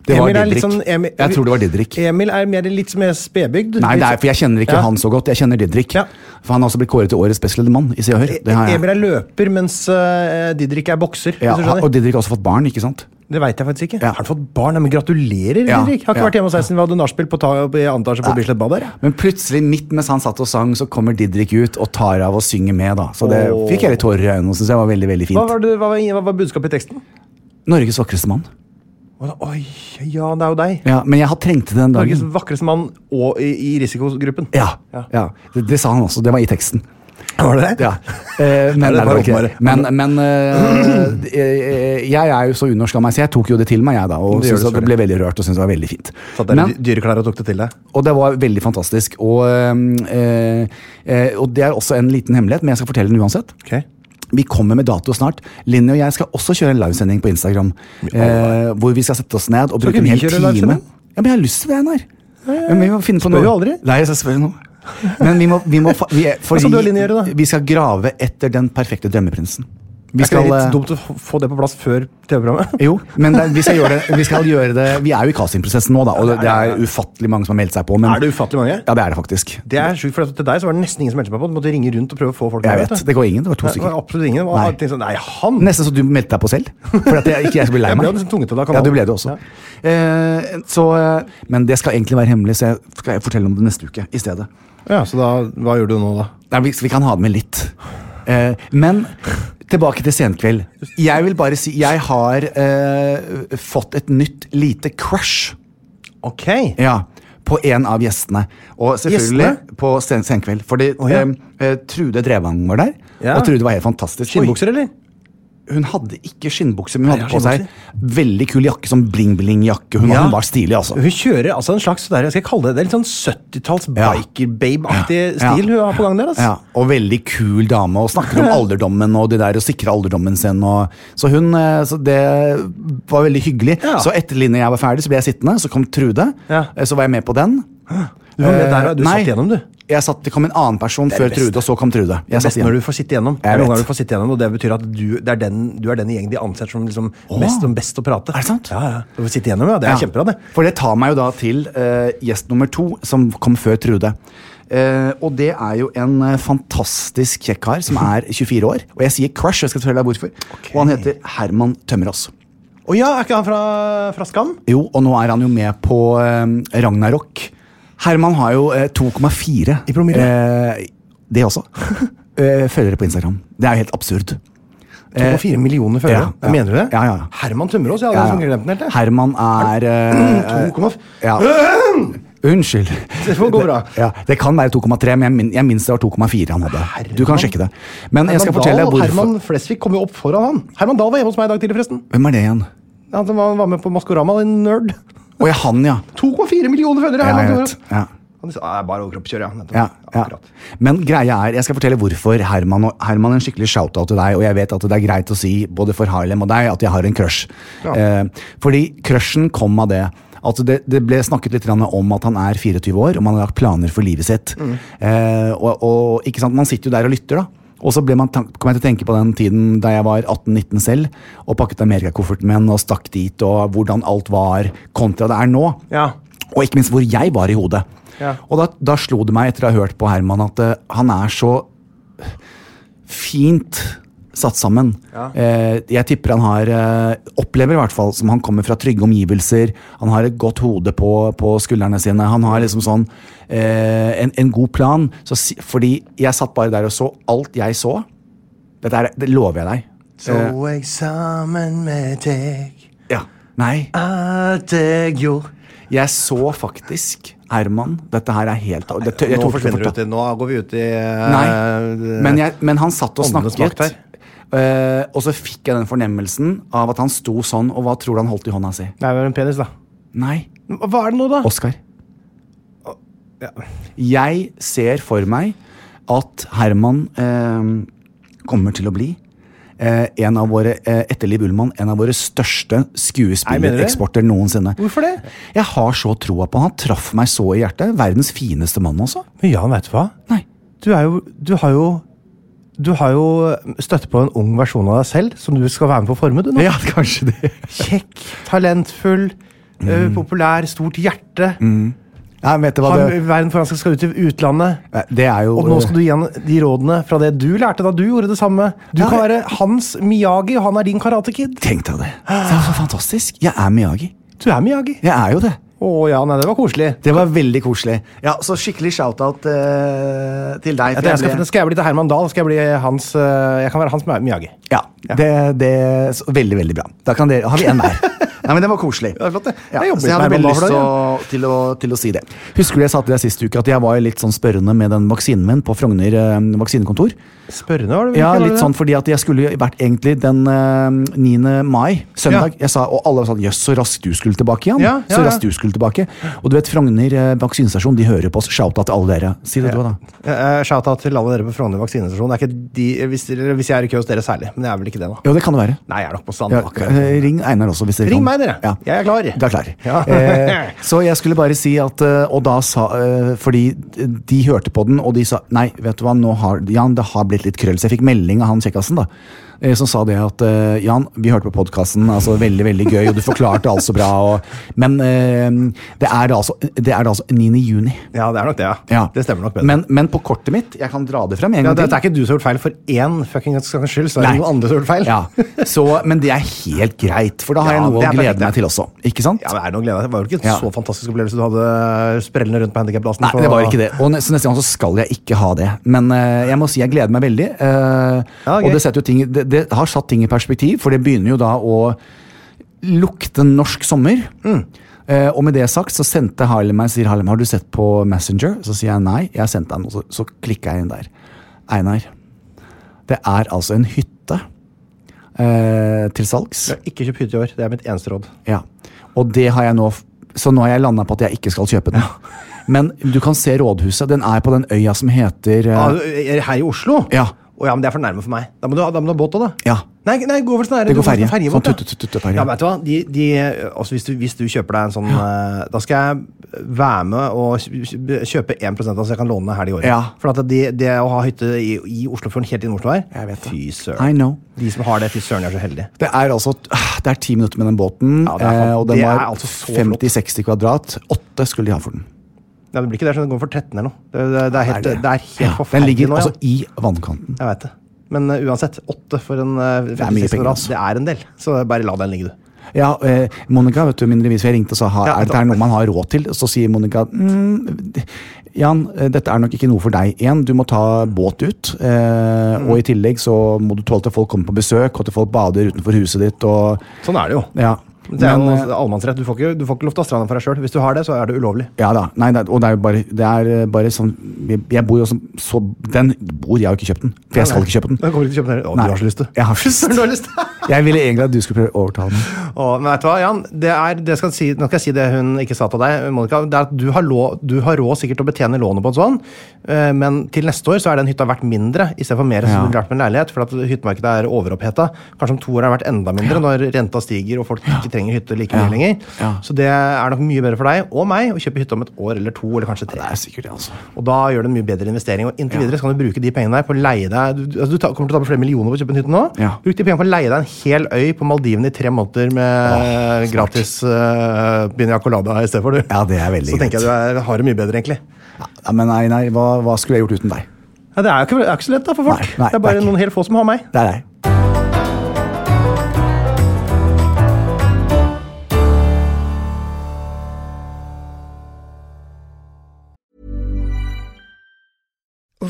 B: Det var
A: Emil er litt
B: Didrik.
A: sånn- Emil-
B: Jeg tror det var Didrik.
A: Emil er mer, litt mer spedbygd.
B: Nei, det er, for jeg kjenner ikke
A: Ja.
B: han så godt. Jeg kjenner Didrik.
A: Ja. E-
B: For han har også blitt kåret til årets spesielle mann i Se og Hør. Det har jeg.
A: Emil er løper, mens eh, Didrik er bokser.
B: Ja,
A: hvis du skjønner.
B: og Didrik har også fått barn, ikke sant?
A: det veit jeg faktisk ikke.
B: Ja.
A: Har han fått barn? Nei, men gratulerer,
B: Ja,
A: Didrik! Har ikke
B: ja.
A: vært hjemme hos deg siden vi hadde nachspiel på, ta- i Antarsen på Bislett Bad her. jeg.
B: Men plutselig, midt mens han satt og sang, så kommer Didrik ut og tar av og synger med. da Så det
A: Åh.
B: fikk jeg litt tårer i øynene og syntes jeg var veldig veldig
A: Hva
B: fint.
A: var, det, hva, var, hva var budskapet i teksten?
B: Norges vakreste mann.
A: Og da, Oi, ja, det er jo deg.
B: Ja, Men jeg har trengt det den
A: Norges
B: dagen.
A: vakreste mann og i, i risikogruppen.
B: Ja,
A: Ja.
B: ja. Det, det sa han også. Det var i teksten.
A: Var det det?
B: Ja. Eh,
A: det
B: men nei, det
A: bare
B: var ikke
A: åpenbare?
B: det. Men, men eh, eh, jeg er jo så unorsk av meg, så jeg tok jo det til meg, jeg, da. Og
A: Det gjør
B: syntes
A: du
B: at det ble veldig rørt og syntes det var veldig fint.
A: Satt der
B: Men-
A: i dy- dyre klær og tok det til deg.
B: og det var veldig fantastisk. ehm, Og, eh, eh, og det er også en liten hemmelighet, men jeg skal fortelle den uansett. Vi kommer med dato snart. Linni og jeg skal også kjøre en livesending på Instagram. Eh, hvor vi skal sette oss ned
A: Skal
B: og bruke
A: ikke
B: en
A: vi
B: hel
A: kjøre
B: time.
A: livesending?
B: Ja, men jeg har lyst til det, Einar. Men vi må finne på
A: Spør
B: noe.
A: jo aldri.
B: Nei, så spør jeg nå. Men vi må, vi må fa- vi, er- fordi,
A: skal du og Linni gjøre, da?
B: Vi skal grave etter den perfekte drømmeprinsen. Vi
A: Vi skal, er ikke det
B: eh,
A: litt dumt å f- få det på plass før TV-programmet?
B: Jo, men det, vi, skal gjøre det, vi skal gjøre det Vi er jo i castingprosessen nå, da, og det er ufattelig mange som har meldt seg på. Men,
A: Er det ufattelig mange?
B: Ja, det er det faktisk.
A: Det er sjukt, for Til deg så var det nesten ingen som meldte seg på. Du måtte ringe rundt og prøve å få folk
B: Jeg
A: med,
B: vet,
A: du.
B: Det går ingen. Det var to
A: Nei, det var
B: stykker.
A: absolutt ingen. Det var-
B: Nei.
A: jeg tenkte sånn, Nei, han!
B: Nesten så du meldte deg på selv. For at jeg ikke jeg skulle bli lei
A: Jeg ble
B: meg.
A: jo nesten tvunget til det av
B: Ja,
A: kanalen.
B: du ble det også. Eh, så, eh, men det skal egentlig være hemmelig, så jeg skal fortelle om det neste uke i stedet.
A: Ja, Så da, hva gjør du nå, da?
B: Nei, vi, vi kan ha det med litt. Eh, men tilbake til senkveld. Jeg vil bare si jeg har eh, fått et nytt lite crush.
A: Ok.
B: Ja, på en av gjestene. Og selvfølgelig
A: Gjestene?
B: på sen Senkveld. Fordi
A: Å, ja.
B: em, eh, Trude Drevang var der,
A: Ja.
B: og Trude var helt fantastisk.
A: Skinnbukser, eller?
B: Oi, Hun hadde ikke skinnbukser, men hun
A: Nei,
B: hadde
A: ja,
B: på seg veldig kul jakke, sånn bling-bling-jakke. Hun,
A: Ja.
B: hun var stilig, altså.
A: Hun kjører altså en slags der, jeg skal kalle det, det er litt sånn 70-talls
B: Ja.
A: biker-babe-aktig
B: Ja.
A: stil hun har på gang der. Altså.
B: Ja, og veldig kul dame, og snakket om alderdommen og det der å sikre alderdommen sin. Og, så hun, eh, så det var veldig hyggelig.
A: Ja.
B: Så etter Linni og jeg var ferdig, så ble jeg sittende. Så kom Trude,
A: Ja.
B: eh, så var jeg med på den.
A: Du, var med der,
B: Eh,
A: og du
B: nei.
A: satt igjennom, du.
B: Jeg satt, det kom en annen person
A: er
B: før
A: det beste.
B: Trude, og så kom Trude.
A: Det
B: Jeg
A: er
B: satt
A: best
B: igjen.
A: når du får sitte igjennom. Det
B: Jeg
A: er noen
B: vet.
A: ganger du får sitte igjennom, og det betyr at du, det er, den, du er den i gjengen de anser som liksom best, som best å prate.
B: Er det sant?
A: Ja, ja. Du får sitte igjennom, ja. Det er
B: Ja.
A: kjempebra, det.
B: For det tar meg jo da til eh, gjest nummer to, som kom før Trude. Eh, og det er jo en eh, fantastisk kjekk kar som er 24 år. Og jeg sier crush, jeg skal fortelle deg hvorfor. Og han heter Herman Tømmerås.
A: Å ja, er ikke han fra, fra Skam?
B: Jo, og nå er han jo med på eh, Ragnarok. Herman har jo eh, 2,4
A: I promille?
B: Eh, det også. Eh, følgere på Instagram. Det er jo helt absurd.
A: 2,4 millioner følgere.
B: Eh, ja, ja.
A: Mener du det?
B: Ja, ja, ja.
A: Herman Tømmerås, ja. ja,
B: Ja, ja.
A: ja. Glemt den helt, jeg.
B: Herman er eh,
A: 2,5.
B: ja. Unnskyld.
A: Det får gå bra.
B: Ja, det kan være 2,3, men jeg, min, jeg minnes det var 2,4 han hadde.
A: Herman.
B: Du kan sjekke det. Men jeg skal
A: Herman
B: fortelle
A: Dahl,
B: deg hvorfor.
A: Herman Flesvig kom jo opp foran han. Herman Dahl var hjemme hos meg i dag tidlig, forresten.
B: Hvem er det igjen?
A: Han som var, var med på Maskorama, en nerd.
B: Å ja, han, ja.
A: 2,4 millioner følgere!
B: Ja,
A: Herman
B: jeg
A: Tømmerås.
B: vet. Ja,
A: Han sa, «Ja, bare overkroppskjør, ja. Nettopp.
B: ja, ja.
A: Akkurat.
B: Men greia er, jeg skal fortelle hvorfor Herman og Herman en skikkelig shout-out til deg, og jeg vet at det er greit å si både for Harlem og deg at jeg har en crush. Eh, fordi crushen kom av det. Altså det, det ble snakket litt grann om at han er 24 år og man har lagt planer for livet sitt. Eh, og, og ikke sant, Man sitter jo der og lytter, da. Og så ble man tank, kom jeg til å tenke på den tiden da jeg var 18-19 selv og pakket amerikakofferten min og stakk dit, og hvordan alt var kontra det er nå.
A: Ja.
B: Og ikke minst hvor jeg var i hodet.
A: Ja.
B: Og da, da slo det meg etter å ha hørt på Herman at eh, han er så fint satt sammen. Eh, jeg tipper han har eh, Opplever i hvert fall som han kommer fra trygge omgivelser. Han har et godt hode på, på skuldrene sine. Han har liksom sånn eh, en, en god plan. Så, si- fordi jeg satt bare der og så alt jeg så. Dette er, det lover jeg deg.
A: Så
B: Eh.
A: jeg sammen med deg
B: Ja. Nei.
A: at jeg gjorde
B: Jeg så faktisk Herman. Dette her er helt det, jeg
A: Nå
B: tror faktisk jeg
A: forsvinner du
B: fortalte-
A: ut i Nå går vi ut i Eh,
B: Nei, men, jeg, men han satt og
A: Åndenes makt
B: snakket.
A: her.
B: eh, og så fikk jeg den fornemmelsen av at han sto sånn, og hva tror du han holdt i hånda si?
A: Nei, men en penis, da.
B: Nei,
A: Hva er det nå, da?
B: Oskar.
A: Ja.
B: Jeg ser for meg at Herman eh, kommer til å bli eh, en av våre, eh, etter Liv Ullmann, en av våre største
A: Nei, mener du det?
B: skuespillereksporter noensinne.
A: Hvorfor det?
B: Jeg har så troa på han. Han traff meg så i hjertet. Verdens fineste mann, altså.
A: Men Jan, vet du hva?
B: Nei.
A: Du er jo Du har jo du har jo støtt på en ung versjon av deg selv som du skal være med på å forme. du nå.
B: Ja, kanskje det.
A: Kjekk, talentfull, eh, populær, stort hjerte.
B: Nei, vet du hva
A: Har
B: det,
A: verden foran seg, skal ut i utlandet.
B: Nei, det er jo
A: Og nå skal du gi han de rådene fra det du lærte da du gjorde det samme. Du
B: Ja.
A: kan være hans Miyagi, og han er din karatekid.
B: Tenk deg det. Det er så fantastisk. Jeg er Miyagi.
A: Du er Miyagi.
B: Jeg er jo det.
A: Å ja, nei, det var koselig.
B: Det var veldig koselig. Ja, Så skikkelig shout-out eh, til deg. for
A: Etter jeg skal,
B: ble-
A: skal jeg bli til Herman Dahl, skal jeg bli hans eh, Jeg kan være hans Miyagi.
B: Ja, det, det så, Veldig, veldig bra. Da kan dere, har vi en hver. Nei, men det var koselig.
A: Det er flott, det.
B: Ja,
A: Jeg jobber
B: så jeg hadde
A: med
B: veldig
A: Madonna
B: lyst
A: for
B: til
A: deg,
B: å, til, å, til å si det. Husker du jeg sa til deg sist uke at jeg var jo litt sånn spørrende med den vaksinen min på Frogner eh, vaksinekontor?
A: Spørrende, var det vel
B: Ja,
A: ikke, var det
B: litt
A: det?
B: sånn fordi at jeg skulle jo vært egentlig den eh, 9. mai, søndag. Jeg sa, og alle var sånn Jøss, så raskt du skulle tilbake igjen.
A: Ja, ja,
B: Så
A: ja.
B: raskt du skulle tilbake. Og du vet, Frogner eh, vaksinestasjon, de hører på oss. Shouta til alle dere. Si det du, da.
A: Eh, Shout-out til alle dere på Frogner vaksinestasjon. Det er ikke de, eh, hvis, dere- hvis jeg er i kø hos dere særlig, men jeg er vel ikke det, da.
B: Jo, det kan det være.
A: Nei, jeg er nok på stand.
B: Ja,
A: akkurat.
B: eh, ring Einar også, hvis dere
A: Ring
B: kan.
A: meg, dere.
B: Ja.
A: Jeg er klar.
B: Du er klar.
A: Ja.
B: eh, så jeg skulle bare si at eh, Og da sa eh, Fordi de hørte på den, og de sa Nei, vet du hva, nå har Jan, det har blitt litt krøll. Så jeg fikk melding av han kjekkasen, da. eh, Som sa det at eh, Jan, vi hørte på podkasten, altså veldig veldig gøy, og du forklarte alt så bra. Og, men eh, det er da altså, det er da altså 9. juni.
A: Ja, det er nok det, ja.
B: Ja.
A: Det stemmer nok bedre.
B: Men, men på kortet mitt, jeg kan dra det frem en
A: ja,
B: gang til.
A: dette er ikke du som har gjort feil for én fucking gangs skyld, så er det
B: Nei.
A: noen andre som har gjort feil.
B: Ja. Så, men det er helt greit, for da har
A: Ja,
B: jeg
A: det
B: noe å
A: er perfekt,
B: glede
A: det.
B: meg til også. Ikke sant?
A: Ja, men er det noe å glede deg til? Det var jo ikke en
B: Ja.
A: så fantastisk opplevelse du hadde eh, sprellende rundt på handikapplassen?
B: Nei, det var ikke det. Og nes- så neste gang så skal jeg ikke ha det. Men eh, jeg må si jeg gleder meg veldig. eh,
A: Ja, gøy.
B: Og det, setter jo ting, det, det har satt ting i perspektiv, for det begynner jo da å lukte norsk sommer.
A: Mm.
B: Eh, og med det sagt så sendte Harlem meg sier Harlem, har du sett på Messenger? Så sier jeg nei. Jeg har sendt deg noe, så, så klikka jeg inn der. Einar, det er altså en hytte eh, til salgs.
A: Jeg har ikke kjøpt hytte i år. Det er mitt eneste råd.
B: Ja, og det har jeg nå Så nå har jeg landa på at jeg ikke skal kjøpe den. Men du kan se rådhuset. Den er på den øya som heter eh,
A: Ah, du- er- her i Oslo?
B: Ja.
A: Å ja, men det er for nærme for meg. Da må du ha, da må du ha båt òg, da.
B: Ja.
A: Nei, nei, gå over sånn her.
B: Det går
A: Du må
B: ferje.
A: ha
B: Sånn
A: båt, ja.
B: tut-tut-tut-tut-ferje.
A: Ja, men vet du hva? De, de, altså hvis, du, hvis du kjøper deg en sånn eh, Da skal jeg være med og kj- kjøpe 1 av så jeg kan låne her i året.
B: Ja.
A: For at det, det å ha hytte i, i Oslofjorden helt inn Oslo her
B: Jeg vet det.
A: Fy
B: I
A: søren.
B: know.
A: De som har det, fy søren, de er så heldige.
B: Det er altså ah, Det er ti minutter med den båten,
A: Ja, det er
B: eh,
A: fan-
B: og den
A: det er
B: var
A: altså så flott.
B: 50-60 kvadrat. Åtte skulle de ha for den.
A: Nei, det blir ikke det, så det går for 13 eller noe. Det, det, det er helt, det er helt
B: Ja, Den
A: forferdelig
B: ligger
A: nå.
B: altså
A: Ja.
B: i vannkanten.
A: Jeg vet det. Men eh, uansett, åtte for en uh,
B: er mye penger, altså.
A: det er en del. Så bare la den ligge, du.
B: Ja, eh, Monica, vet du, min revisor, jeg ringte og sa ha,
A: Ja,
B: er dette her noe man har råd til. Så sier Monica mm, d- Jan, eh, dette er nok ikke noe for deg. Én, du må ta båt ut. Eh,
A: Mm.
B: Og i tillegg så må du tåle at folk kommer på besøk, og at folk bader utenfor huset ditt. Og,
A: Sånn er det jo.
B: ja.
A: Det er
B: Men, eh,
A: jo allemannsrett. Du får ikke, du får ikke lov til å ha stranda for deg sjøl. Hvis du har det, så er det ulovlig.
B: ja da. Nei, det, er- og det er jo bare, det er eh, bare sånn Jeg, jeg bor jo som så Den bor, jeg har jo ikke kjøpt den. For jeg skal ikke kjøpe den.
A: Jeg kommer ikke til å kjøpe den. Å,
B: Nei,
A: du har så lyst, du.
B: Jeg har ikke
A: Du
B: lyst.
A: har lyst.
B: Jeg ville egentlig at du skulle prøve å overtale meg.
A: Å, men vet du hva, Jan? Det er, det skal si, nå skal jeg si det hun ikke sa til deg, Monica. Det er at du har, lå- du har råd sikkert til å betjene lånet på en sånn, eh, men til neste år så er den hytta verdt mindre istedenfor mer som
B: Ja.
A: ville vært med en leilighet. For at hyttemarkedet er overoppheta. Kanskje om to år er det verdt enda mindre når renta stiger og folk ikke trenger hytte like mye
B: Ja.
A: lenger.
B: Ja.
A: Så det er nok mye bedre for deg og meg å kjøpe hytte om et år eller to eller kanskje
B: Det
A: tre.
B: er sikkert det, altså.
A: Og da gjør det en mye bedre investering. Og inntil videre så kan du bruke de pengene der på å leie deg Du, du- altså, du ta, kommer til å ta med flere millioner på å kjøpe en hytte nå.
B: Ja.
A: Bruk de pengene på å leie deg en hel øy på Maldivene i tre måneder med gratis uh, piña colada i stedet for, du.
B: Ja, det er veldig
A: så tenker jeg du
B: greit.
A: er, har det mye bedre, egentlig.
B: Ja, men nei, nei, hva, hva skulle jeg gjort uten deg?
A: Ja, det er jo ikke, det er ikke så lett da, for folk.
B: Nei, nei,
A: det er bare
B: det er ikke-
A: noen helt få som har meg.
B: Det er deg.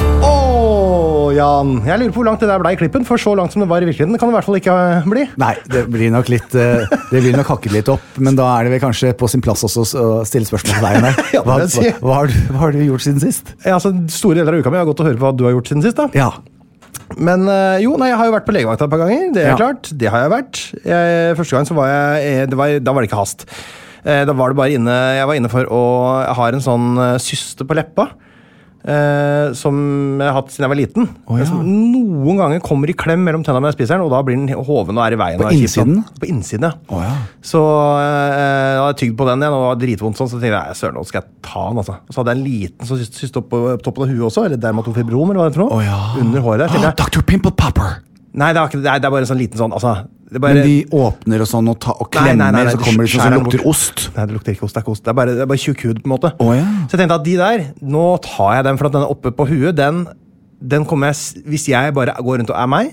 A: Åh, Jan. Jeg lurer på hvor langt det der ble i klippen, for så langt som det var i virkeligheten, kan det i hvert fall ikke eh, bli.
B: Nei, det blir nok litt eh, Det blir nok hakket litt opp, men da er det vel kanskje på sin plass også å stille spørsmål til deg. Nei.
A: Ja,
B: Hva,
A: det sier
B: hva,
A: jeg.
B: hva, har du, hva har du gjort siden sist?
A: Ja, altså, Store deler av uka mi har gått og høre på hva du har gjort siden sist. da.
B: Ja.
A: Men eh, jo, nei, jeg har jo vært på legevakta et par ganger. Det er
B: Ja.
A: klart. Det har jeg vært. Jeg, første gang så var jeg eh, det var, Da var det ikke hast. Eh, Da var det bare inne Jeg var inne for å Jeg har en sånn eh, syste på leppa. eh, som jeg har hatt siden jeg var liten.
B: Å, ja.
A: Som noen ganger kommer i klem mellom tennene når jeg spiser den, og da blir den hoven og er i veien.
B: På
A: og er kjipt, da.
B: innsiden?
A: På innsiden, ja.
B: Å, ja.
A: Så eh, jeg hadde tygd på den igjen, og det var dritvondt sånn, så tenkte jeg, søren, nå skal jeg ta den, altså. Og så hadde jeg en liten som syste syste opp på på toppen av huet også, eller dermatofibrom, eller hva det er for noe.
B: Å, ja.
A: Under håret der. tenkte jeg,
B: Ah, Dr. Pimple Popper!
A: Nei, det er, ikke, det er, det er bare en sånn liten sånn, altså. Det er bare,
B: Men de åpner og sånn og, ta, og
A: Nei,
B: klemmer,
A: nei, nei, nei,
B: så
A: de
B: kommer det sånn
A: skjærer
B: som
A: den
B: lukter
A: bort.
B: ost.
A: Nei, det lukter ikke ost, det er ikke ost. Det er bare, det er bare tjukk hud, på en måte.
B: Å, ja.
A: Så jeg tenkte at de der, nå tar jeg den, for at den er oppe på huet, den, den kommer jeg, s- hvis jeg bare går rundt og er meg,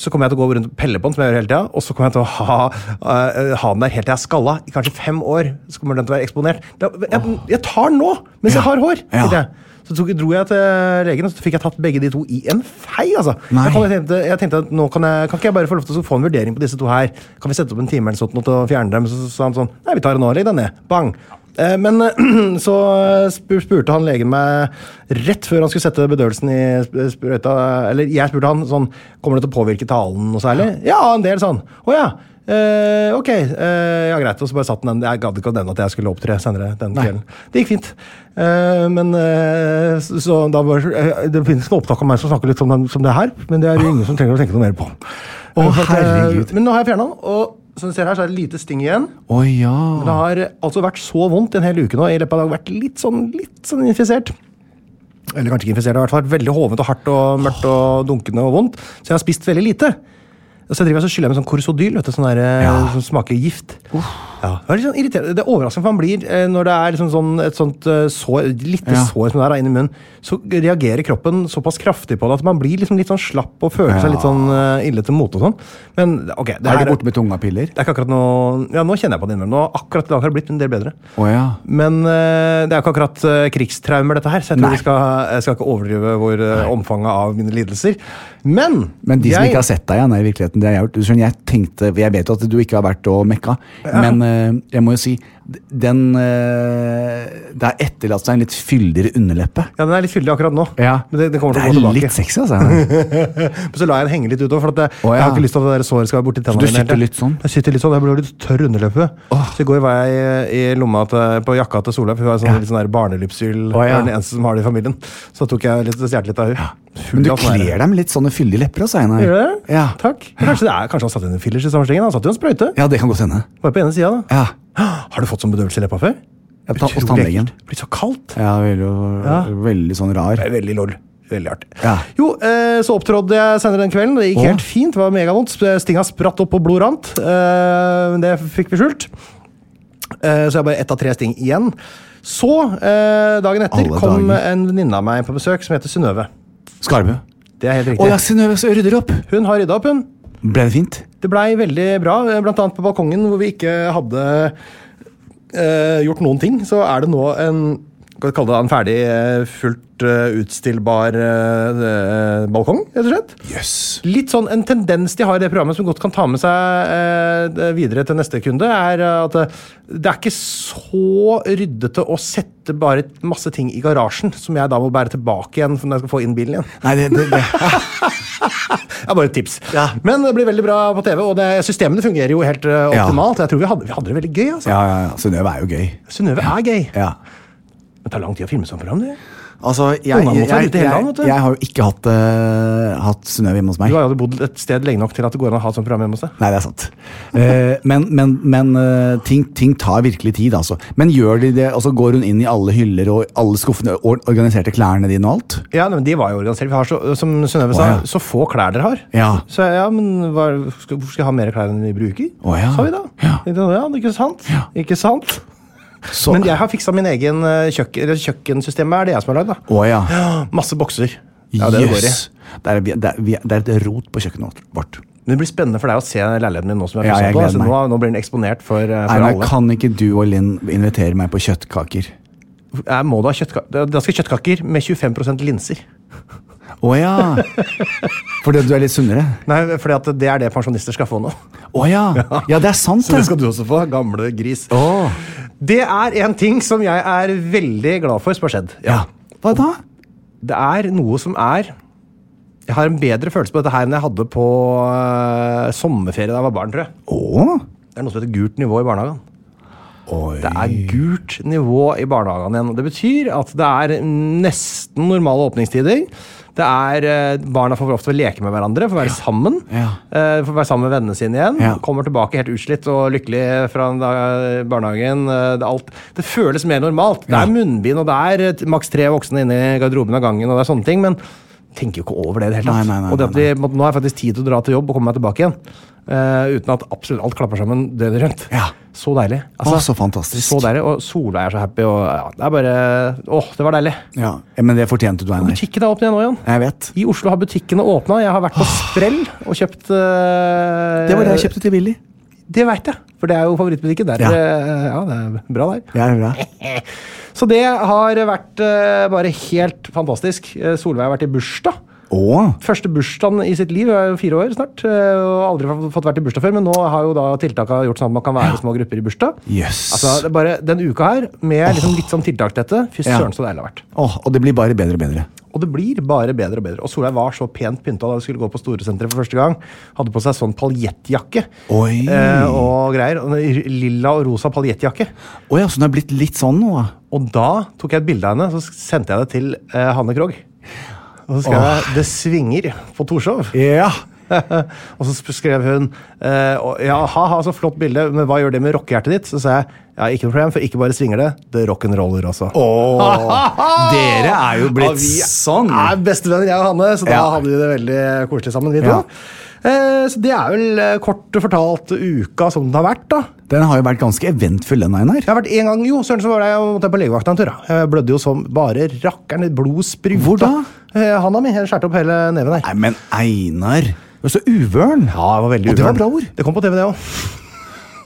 A: så kommer jeg til å gå rundt og pelle på den, som jeg gjør hele tida, og så kommer jeg til å ha, øh, ha den der helt til jeg er skalla, i kanskje fem år, så kommer den til å være eksponert. Da, jeg, jeg tar den nå, mens jeg har hår!
B: Ja.
A: tenkte jeg. Så tok, dro jeg til legen, og så fikk jeg tatt begge de to i en fei, altså.
B: Nei.
A: Jeg, kom, jeg, tenkte, jeg tenkte at nå kan jeg, kan ikke jeg bare få lov til å få en vurdering på disse to her? Kan vi sette opp en time eller sånt nå til å fjerne dem? Så sa han sånn, nei, vi tar det nå, legg deg ned. Bang. Eh, men så spur, spurte han legen meg rett før han skulle sette bedøvelsen i sp- sprøyta, eller jeg spurte han sånn, kommer det til å påvirke talen noe særlig? Ja, en del, sa han. Å ja. Eh, ok, eh, ja greit. Og så bare satt den den. Jeg gadd ikke å nevne at jeg skulle opptre senere den kvelden. Det gikk fint. Eh, men eh, så, så da bare, eh, Det finnes noe opptak av meg som snakker litt som, den, som det her, men det er jo ingen som trenger å tenke noe mer på.
B: Å,
A: For at, eh,
B: herregud.
A: Men nå har jeg fjerna den, og som du ser her, så er det lite sting igjen.
B: Å ja.
A: Det har eh, altså vært så vondt en hel uke nå. Jeg har vært litt sånn, litt sånn infisert. Eller kanskje ikke infisert, det har i hvert fall vært veldig hovent og hardt og mørkt og dunkende og vondt. Så jeg har spist veldig lite. Og så driver jeg så skyller jeg med sånn korsodyl, vet du, sånn der, eh,
B: Ja.
A: som smaker gift. Ja, det er litt sånn irriterende. Det er overraskende for man blir eh, når det er liksom sånn, et sånt eh, sår, lite
B: Ja.
A: sår som det er da, inni munnen, så reagerer kroppen såpass kraftig på det at man blir liksom litt sånn slapp og føler seg litt sånn eh, ille til mote og sånn. Men ok, det
B: Er
A: her-
B: du borte med tunga-piller?
A: det er ikke akkurat noe Ja, nå kjenner jeg på det innimellom. Nå Akkurat i dag har det blitt en del bedre.
B: Å ja.
A: Men eh, det er jo ikke akkurat eh, krigstraumer, dette her, så jeg, tror
B: Nei.
A: vi skal, jeg skal ikke overdrive hvor eh, omfanget av mine lidelser. Men,
B: Men de som
A: jeg-
B: ikke har sett deg igjen i virkeligheten, det har jeg gjort. Du skjønner, jeg tenkte, jeg vet jo at du ikke har vært og mekka, men eh, jeg må jo si, d- den eh, Det har etterlatt seg en litt fyldigere underleppe.
A: ja, Den er litt fyldig akkurat nå, men det, det kommer til å gå
B: Det er
A: tilbake.
B: litt sexy, altså.
A: Så lar jeg den henge litt utover, for at jeg,
B: Å,
A: jeg har
B: ja.
A: ikke lyst til at det der såret skal være borti tennene.
B: du
A: mine hele
B: sitter
A: tiden.
B: litt sånn?
A: Jeg sitter litt sånn, jeg blir litt tørr underløpe. Så i går var jeg i, i lomma til, på jakka til Solveig, for hun har sånn, litt sånn der barnelypsyl.
B: Å, ja.
A: Hun er den eneste som har det i familien. Så tok jeg litt stjålet litt av sånn henne.
B: Men du kler deg med litt sånne fyldige lepper også, Einar.
A: Gjør det?
B: Ja.
A: Takk. Kanskje, det er, kanskje han satte inn en fillers i samme slengen? Han satte jo en sprøyte.
B: ja, det kan godt hende.
A: Bare på ene siden, da.
B: Ja.
A: Har du fått sånn bedøvelse i leppa før?
B: Ja, ta- hos
A: Utrolig
B: tannlegen.
A: ekkelt. Blitt så kaldt.
B: Ja, veldig, veldig sånn rar.
A: Det er veldig lol. Veldig artig.
B: Ja.
A: Jo, eh, så opptrådde jeg senere den kvelden. Det gikk
B: Åh.
A: helt fint. Det var megavondt. Sp- Stinga spratt opp og blod rant. Eh, men det fikk vi skjult. Eh, så jeg bare ett av tre sting igjen. Så, eh, dagen etter,
B: Alle
A: kom
B: dager.
A: en venninne av meg på besøk som heter Synnøve.
B: Skarbu.
A: Det er helt
B: Å
A: riktig.
B: ja, Synnøve så rydder opp!
A: Hun har rydda opp, hun.
B: Ble det fint?
A: Det blei veldig bra, blant annet på balkongen hvor vi ikke hadde eh, gjort noen ting. Så er det nå en kan vi kalle det en ferdig, eh, fullt eh, utstillbar eh, eh, balkong, rett og slett.
B: Jøss. Yes.
A: Litt sånn En tendens de har i det programmet som godt kan ta med seg eh, det videre til neste kunde, er eh, at eh, det er ikke så ryddete å sette bare masse ting i garasjen, som jeg da må bære tilbake igjen når jeg skal få inn bilen igjen.
B: Nei, det, det, det.
A: Det er bare et tips. Men det blir veldig bra på TV, og det, systemene fungerer jo helt eh,
B: Ja.
A: optimalt. Jeg tror vi hadde, vi hadde det veldig gøy. altså.
B: Ja, ja, ja. Synnøve er jo gøy.
A: Synnøve er gøy.
B: Ja.
A: Det tar lang tid å filme sånn program. det.
B: Altså, jeg,
A: Ungene måtte
B: jeg,
A: være
B: jeg,
A: ute hele dagen,
B: jeg,
A: vet du.
B: har jo ikke hatt, uh, hatt Synnøve hjemme hos meg.
A: Du har jo bodd et sted lenge nok til at det går an å ha et sånt program hjemme hos deg.
B: Nei, det er sant. Eh, men men, men eh, ting, ting tar virkelig tid, altså. Men gjør de det? Altså, går hun inn i alle hyller og alle skuffene og organiserte klærne dine og alt?
A: Ja, nei, men De var jo organisert. Vi har så, som Synnøve sa,
B: Å, ja.
A: så få klær dere har.
B: Ja.
A: Så ja, men hva, skal, hvorfor skal jeg ha mer klær enn vi bruker?
B: Å, ja.
A: Sa vi da.
B: Ja.
A: ja ikke sant? Ikke sant?
B: Så,
A: Men jeg har fiksa min egen eh, kjøkken, eller kjøkkensystemet. er det jeg som har lagd, da.
B: Å ja.
A: Masse bokser.
B: Jøss.
A: Ja, det, det, går i.
B: det, er- vi- det, er- vi- det er et rot på kjøkkenet vårt.
A: Men det blir spennende for deg å se leiligheten min nå som jeg
B: Ja,
A: har pusset på.
B: jeg gleder
A: Altså,
B: meg.
A: nå, nå blir den eksponert for, eh, for
B: Einar,
A: alle.
B: kan ikke du og Linn invitere meg på kjøttkaker?
A: Jeg må da ha kjøttkaker. Da skal jeg kjøttkaker med 25 linser.
B: Å ja! Fordi du er litt sunnere?
A: Nei, fordi at det er det pensjonister skal få nå.
B: Å ja. ja, det er sant,
A: Så det skal
B: det.
A: du også få, gamle gris.
B: Å.
A: Det er en ting som jeg er veldig glad for som har skjedd.
B: Ja. Hva da?
A: Det er noe som er Jeg har en bedre følelse på dette her enn jeg hadde på eh, sommerferie da jeg var barn, tror jeg.
B: Å?
A: Det er noe som heter gult nivå i barnehagen.
B: Oi.
A: Det er gult nivå i barnehagen igjen. og Det betyr at det er nesten normale åpningstider. Det er, eh, Barna får ofte leke med hverandre, får være sammen.
B: Ja.
A: eh, Får være sammen med vennene sine igjen.
B: Ja.
A: Kommer tilbake helt utslitt og lykkelig fra en dag- barnehagen. eh, Det, er alt, det føles mer normalt. Det
B: Ja.
A: er munnbind, og det er eh, t- maks tre voksne inne i garderoben og gangen, og det er sånne ting, men tenker jo ikke over det i det hele
B: Nei,
A: tatt.
B: nei, nei,
A: og det at
B: nei,
A: vi, på en måte, nå har jeg faktisk tid til å dra til jobb og komme meg tilbake igjen. eh, uten at absolutt alt klapper sammen døgnet rundt.
B: Ja.
A: Så deilig.
B: Å, så fantastisk.
A: Altså, Så deilig, og Solveig er så happy. og ja, Det er bare Åh, det var deilig.
B: Ja, Men det fortjente du, Einar.
A: Butikken er åpen igjen nå, Jan.
B: Jeg vet.
A: I Oslo har butikkene åpna. Jeg har vært på sprell og kjøpt eh,
B: Det var det jeg kjøpte til Willy.
A: Det veit jeg, for det er jo favorittbutikken. Der,
B: Ja.
A: eh, ja, det er bra der.
B: Ja, det er bra.
A: Så det har vært eh, bare helt fantastisk. Eh, Solveig har vært i bursdag.
B: Å,
A: Første bursdagen i sitt liv. Jeg er jo fire år snart. eh, og aldri fa- fått vært i bursdag før, men nå har jo da tiltaka gjort sånn at man kan være små grupper i bursdag.
B: Jøss.
A: Altså, det er bare Den uka her, med liksom litt sånn tiltak til dette Fy
B: Ja.
A: søren, så deilig det har vært.
B: Åh, og det blir bare bedre og bedre.
A: Og det blir bare bedre og bedre. Og Solveig var så pent pynta da vi skulle gå på Storesenteret for første gang. Hadde på seg sånn paljettjakke
B: Oi.
A: eh, og greier. Og en Lilla og rosa paljettjakke.
B: Å ja, så den er blitt litt sånn nå, da.
A: Og da tok jeg et bilde av henne, så sendte jeg det til eh, Hanne Krogh. Og så skrev jeg 'Det svinger' på Torshov.
B: Ja.
A: og så sp- skrev hun eh, og, 'Ja, ha-ha, så flott bilde, men hva gjør det med rockehjertet ditt?' Så sa jeg 'Ja, ikke noe problem, for ikke bare svinger det, det rock'n'roller også'.
B: Dere er jo blitt
A: vi
B: sånn.
A: er bestevenner, jeg og Hanne, så da
B: Ja.
A: hadde vi det veldig koselig sammen. vi to.
B: Ja.
A: Eh, så Det er vel eh, kort fortalt uka som den har vært. da.
B: Den har jo vært ganske eventfull, den, Einar.
A: Jeg har vært en gang, jo, søren så var det jeg måtte på legevakta en tur. da. Jeg blødde jo som bare rakkeren. Blod spruta.
B: Hvor da?
A: Eh, Handa mi jeg skjærte opp hele neven der.
B: Nei, men Einar Du er så uvøren.
A: Ja, det var veldig
B: Og det var
A: uvant.
B: bra ord.
A: Det kom på TV, det òg.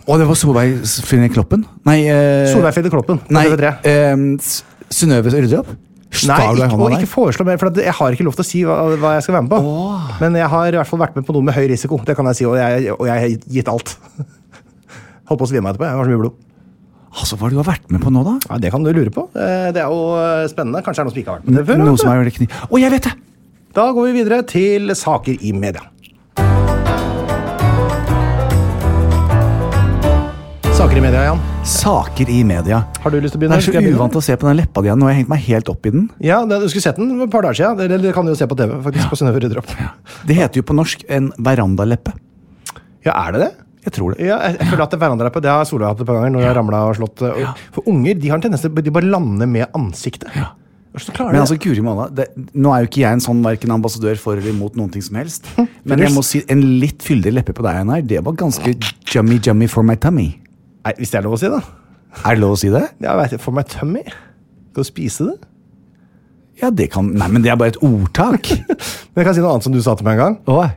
B: Og det var Solveig s- finner Kloppen. Nei eh,
A: Solveig Fidde Kloppen. på
B: Nei,
A: TV3.
B: eh, S- Synnøve rydder opp?
A: Nei,
B: Tar du
A: ikke,
B: deg hånda
A: og
B: der?
A: ikke foreslå mer, for at jeg har ikke lov til å si hva, hva jeg skal være med på. Men jeg har i hvert fall vært med på noe med høy risiko, det kan jeg si, og jeg, og jeg har gitt alt. Holdt på å svime av etterpå, jeg har så mye blod.
B: Altså, Hva har du har vært med på nå, da?
A: Ja, Det kan du lure på. Eh, Det er jo eh, spennende. Kanskje det er noe som ikke har vært med det før.
B: Noe
A: vet du.
B: som er veldig kni... Å, jeg vet det!
A: Da går vi videre til saker i media. Saker i media, Jan.
B: Saker i media.
A: Har du lyst til å
B: Det
A: begynne?
B: er så
A: Skal jeg begynne?
B: uvant å se på den leppa di igjen. Nå har jeg hengt meg helt opp i den.
A: Ja, det- Du skulle sett den for et par dager siden. Eller det kan du jo se på TV. faktisk, på Synnøve rydder opp.
B: Det heter jo på norsk en verandaleppe.
A: Ja, er det det?
B: Jeg tror det.
A: Ja, jeg, jeg føler at det verandalappet, det har Solveig hatt et par ganger når hun har ramla og slått. øh, For unger de har en tendens til de bare lander med ansiktet. Hvordan klarer de
B: Men
A: det?
B: altså, Guri malla, det, nå er jo ikke jeg en sånn verken ambassadør for eller imot noen ting som helst. Men jeg må si en litt fyldig leppe på deg, Einar. Det var ganske jummy jummy for my tummy.
A: Nei, hvis det er lov å si, da.
B: Er det lov å si det?
A: Jeg vet, ikke, for meg tummy. Skal du spise det?
B: Ja, det kan Nei, men det er bare et ordtak.
A: Men jeg kan si noe annet som du sa til meg en gang.
B: Åh.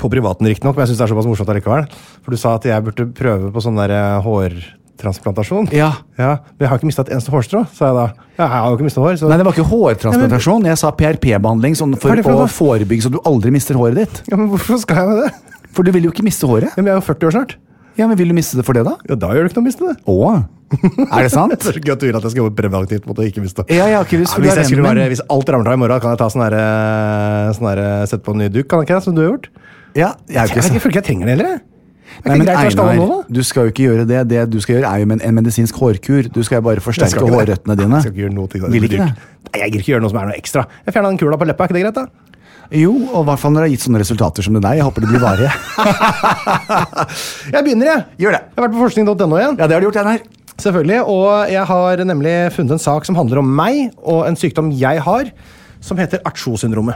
A: På privaten, riktignok, men jeg syns det er såpass morsomt allikevel. For du sa at jeg burde prøve på sånn der eh, hårtransplantasjon.
B: Ja.
A: Men jeg har ikke mista et eneste hårstrå, sa jeg da. Ja, jeg har jo ikke mistet hår, så
B: Nei, det var ikke hårtransplantasjon. Jeg sa PRP-behandling sånn
A: Hva
B: for,
A: er det for
B: å
A: noe?
B: forebygge så du aldri mister håret ditt.
A: ja, Men hvorfor skal jeg med det?
B: For du vil jo ikke miste håret.
A: Ja, men jeg er jo 40 år snart.
B: Ja, men Vil du miste det for det, da?
A: Ja, da gjør det ikke noe å miste det.
B: Å, er det sant?
A: Det er så gøy at du vil at jeg skal jobbe preventivt mot å ikke miste.
B: Ja, ja, ok, hvis
A: Ja,
B: du
A: hvis,
B: er
A: jeg skulle
B: vennen min.
A: bare, hvis alt ramler av i morgen, kan jeg ta sånn her, eh, sånn her eh, Sette på en ny duk, kan jeg ikke det? Som du har gjort?
B: Ja,
A: Jeg,
B: jeg er jo ikke
A: vet ikke, jeg
B: så-
A: føler ikke jeg trenger det heller. jeg. Det
B: Nei,
A: er
B: men
A: ikke greit å være skalla nå,
B: Einar,
A: da.
B: du skal jo ikke gjøre det. Det du skal gjøre, er jo med en- en medisinsk hårkur. Du skal jo bare
A: Jeg
B: forsterke
A: skal ikke det.
B: hårrøttene dine.
A: Jeg skal ikke gjøre noe til det.
B: Vil
A: blir
B: ikke det?
A: dyrt. jeg gir ikke gjøre noe som er noe ekstra. Jeg fjerna den kula på leppa, er ikke det greit, da?
B: Jo, og i hvert fall når det har gitt sånne resultater som det der. Jeg håper det blir varige.
A: Jeg begynner, jeg.
B: Gjør det.
A: Jeg har vært på forskning.no igjen.
B: Ja, det har du gjort, Einar.
A: Selvfølgelig. Og jeg har nemlig funnet en sak som handler om meg og en sykdom jeg har, som heter Acho-syndromet.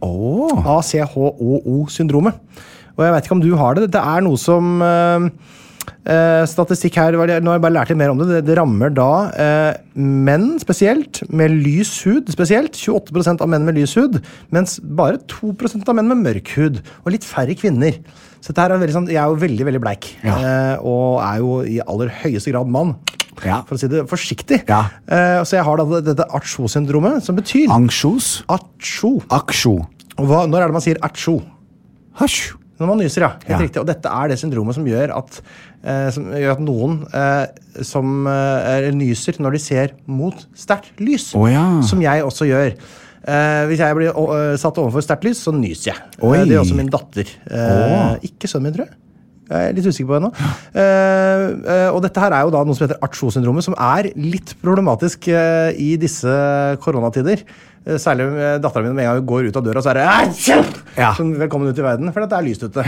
A: ACHOO-syndromet. Og jeg veit ikke om du har det. Det er noe som eh, eh, Statistikk her var det- Nå har jeg bare lært litt mer om det. Det, det rammer da eh, menn spesielt, med lys hud spesielt. 28 av menn med lys hud, mens bare 2 av menn med mørk hud. Og litt færre kvinner. Så dette her er veldig sånn, jeg er jo veldig, veldig bleik.
B: Ja.
A: Eh, og er jo i aller høyeste grad mann.
B: Ja.
A: For å si det forsiktig.
B: Ja.
A: Eh, så jeg har da dette atsjo-syndromet, som betyr
B: Anksjos.
A: atsjo.
B: Aksjo.
A: Og hva, når er det man sier atsjo?
B: Hasj.
A: Når man nyser, ja. Helt
B: Ja.
A: riktig. Og dette er det syndromet som gjør at, eh, som gjør at noen eh, som eh, er- nyser når de ser mot sterkt lys.
B: Å ja.
A: Som jeg også gjør. Eh, hvis jeg blir å- eh, satt overfor sterkt lys, så nyser jeg.
B: Oi.
A: Eh, det gjør også min datter. Eh, Ikke sønnen min, tror jeg. Jeg er litt usikker på det nå. Eh, eh, og dette her er jo da noe som heter Acho-syndromet, som er litt problematisk eh, i disse koronatider. Eh, Særlig med dattera mi med en gang hun går ut av døra, så er det «Atsjo!»
B: Ja.
A: sånn, Velkommen ut i verden, for det er lyst ute.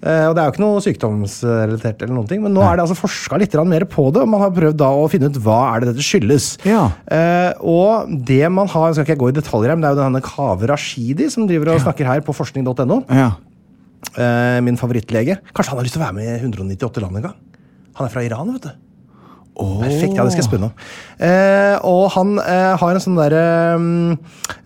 A: Eh, og det er jo ikke noe sykdomsrelatert, eller noen ting, men nå er det altså forska litt grann mer på det, og man har prøvd da å finne ut hva er det dette skyldes.
B: Ja.
A: Eh, og det man har, skal ikke jeg gå i detaljer her, men det er jo denne Kaveh Rashidi som driver og snakker her på forskning.no.
B: Ja.
A: Eh, min favorittlege. Kanskje han har lyst til å være med i 198 land en gang? Han er fra Iran, vet du. Perfekt, ja, det skal jeg spørre om. Eh, og han eh, har en sånn derre mm,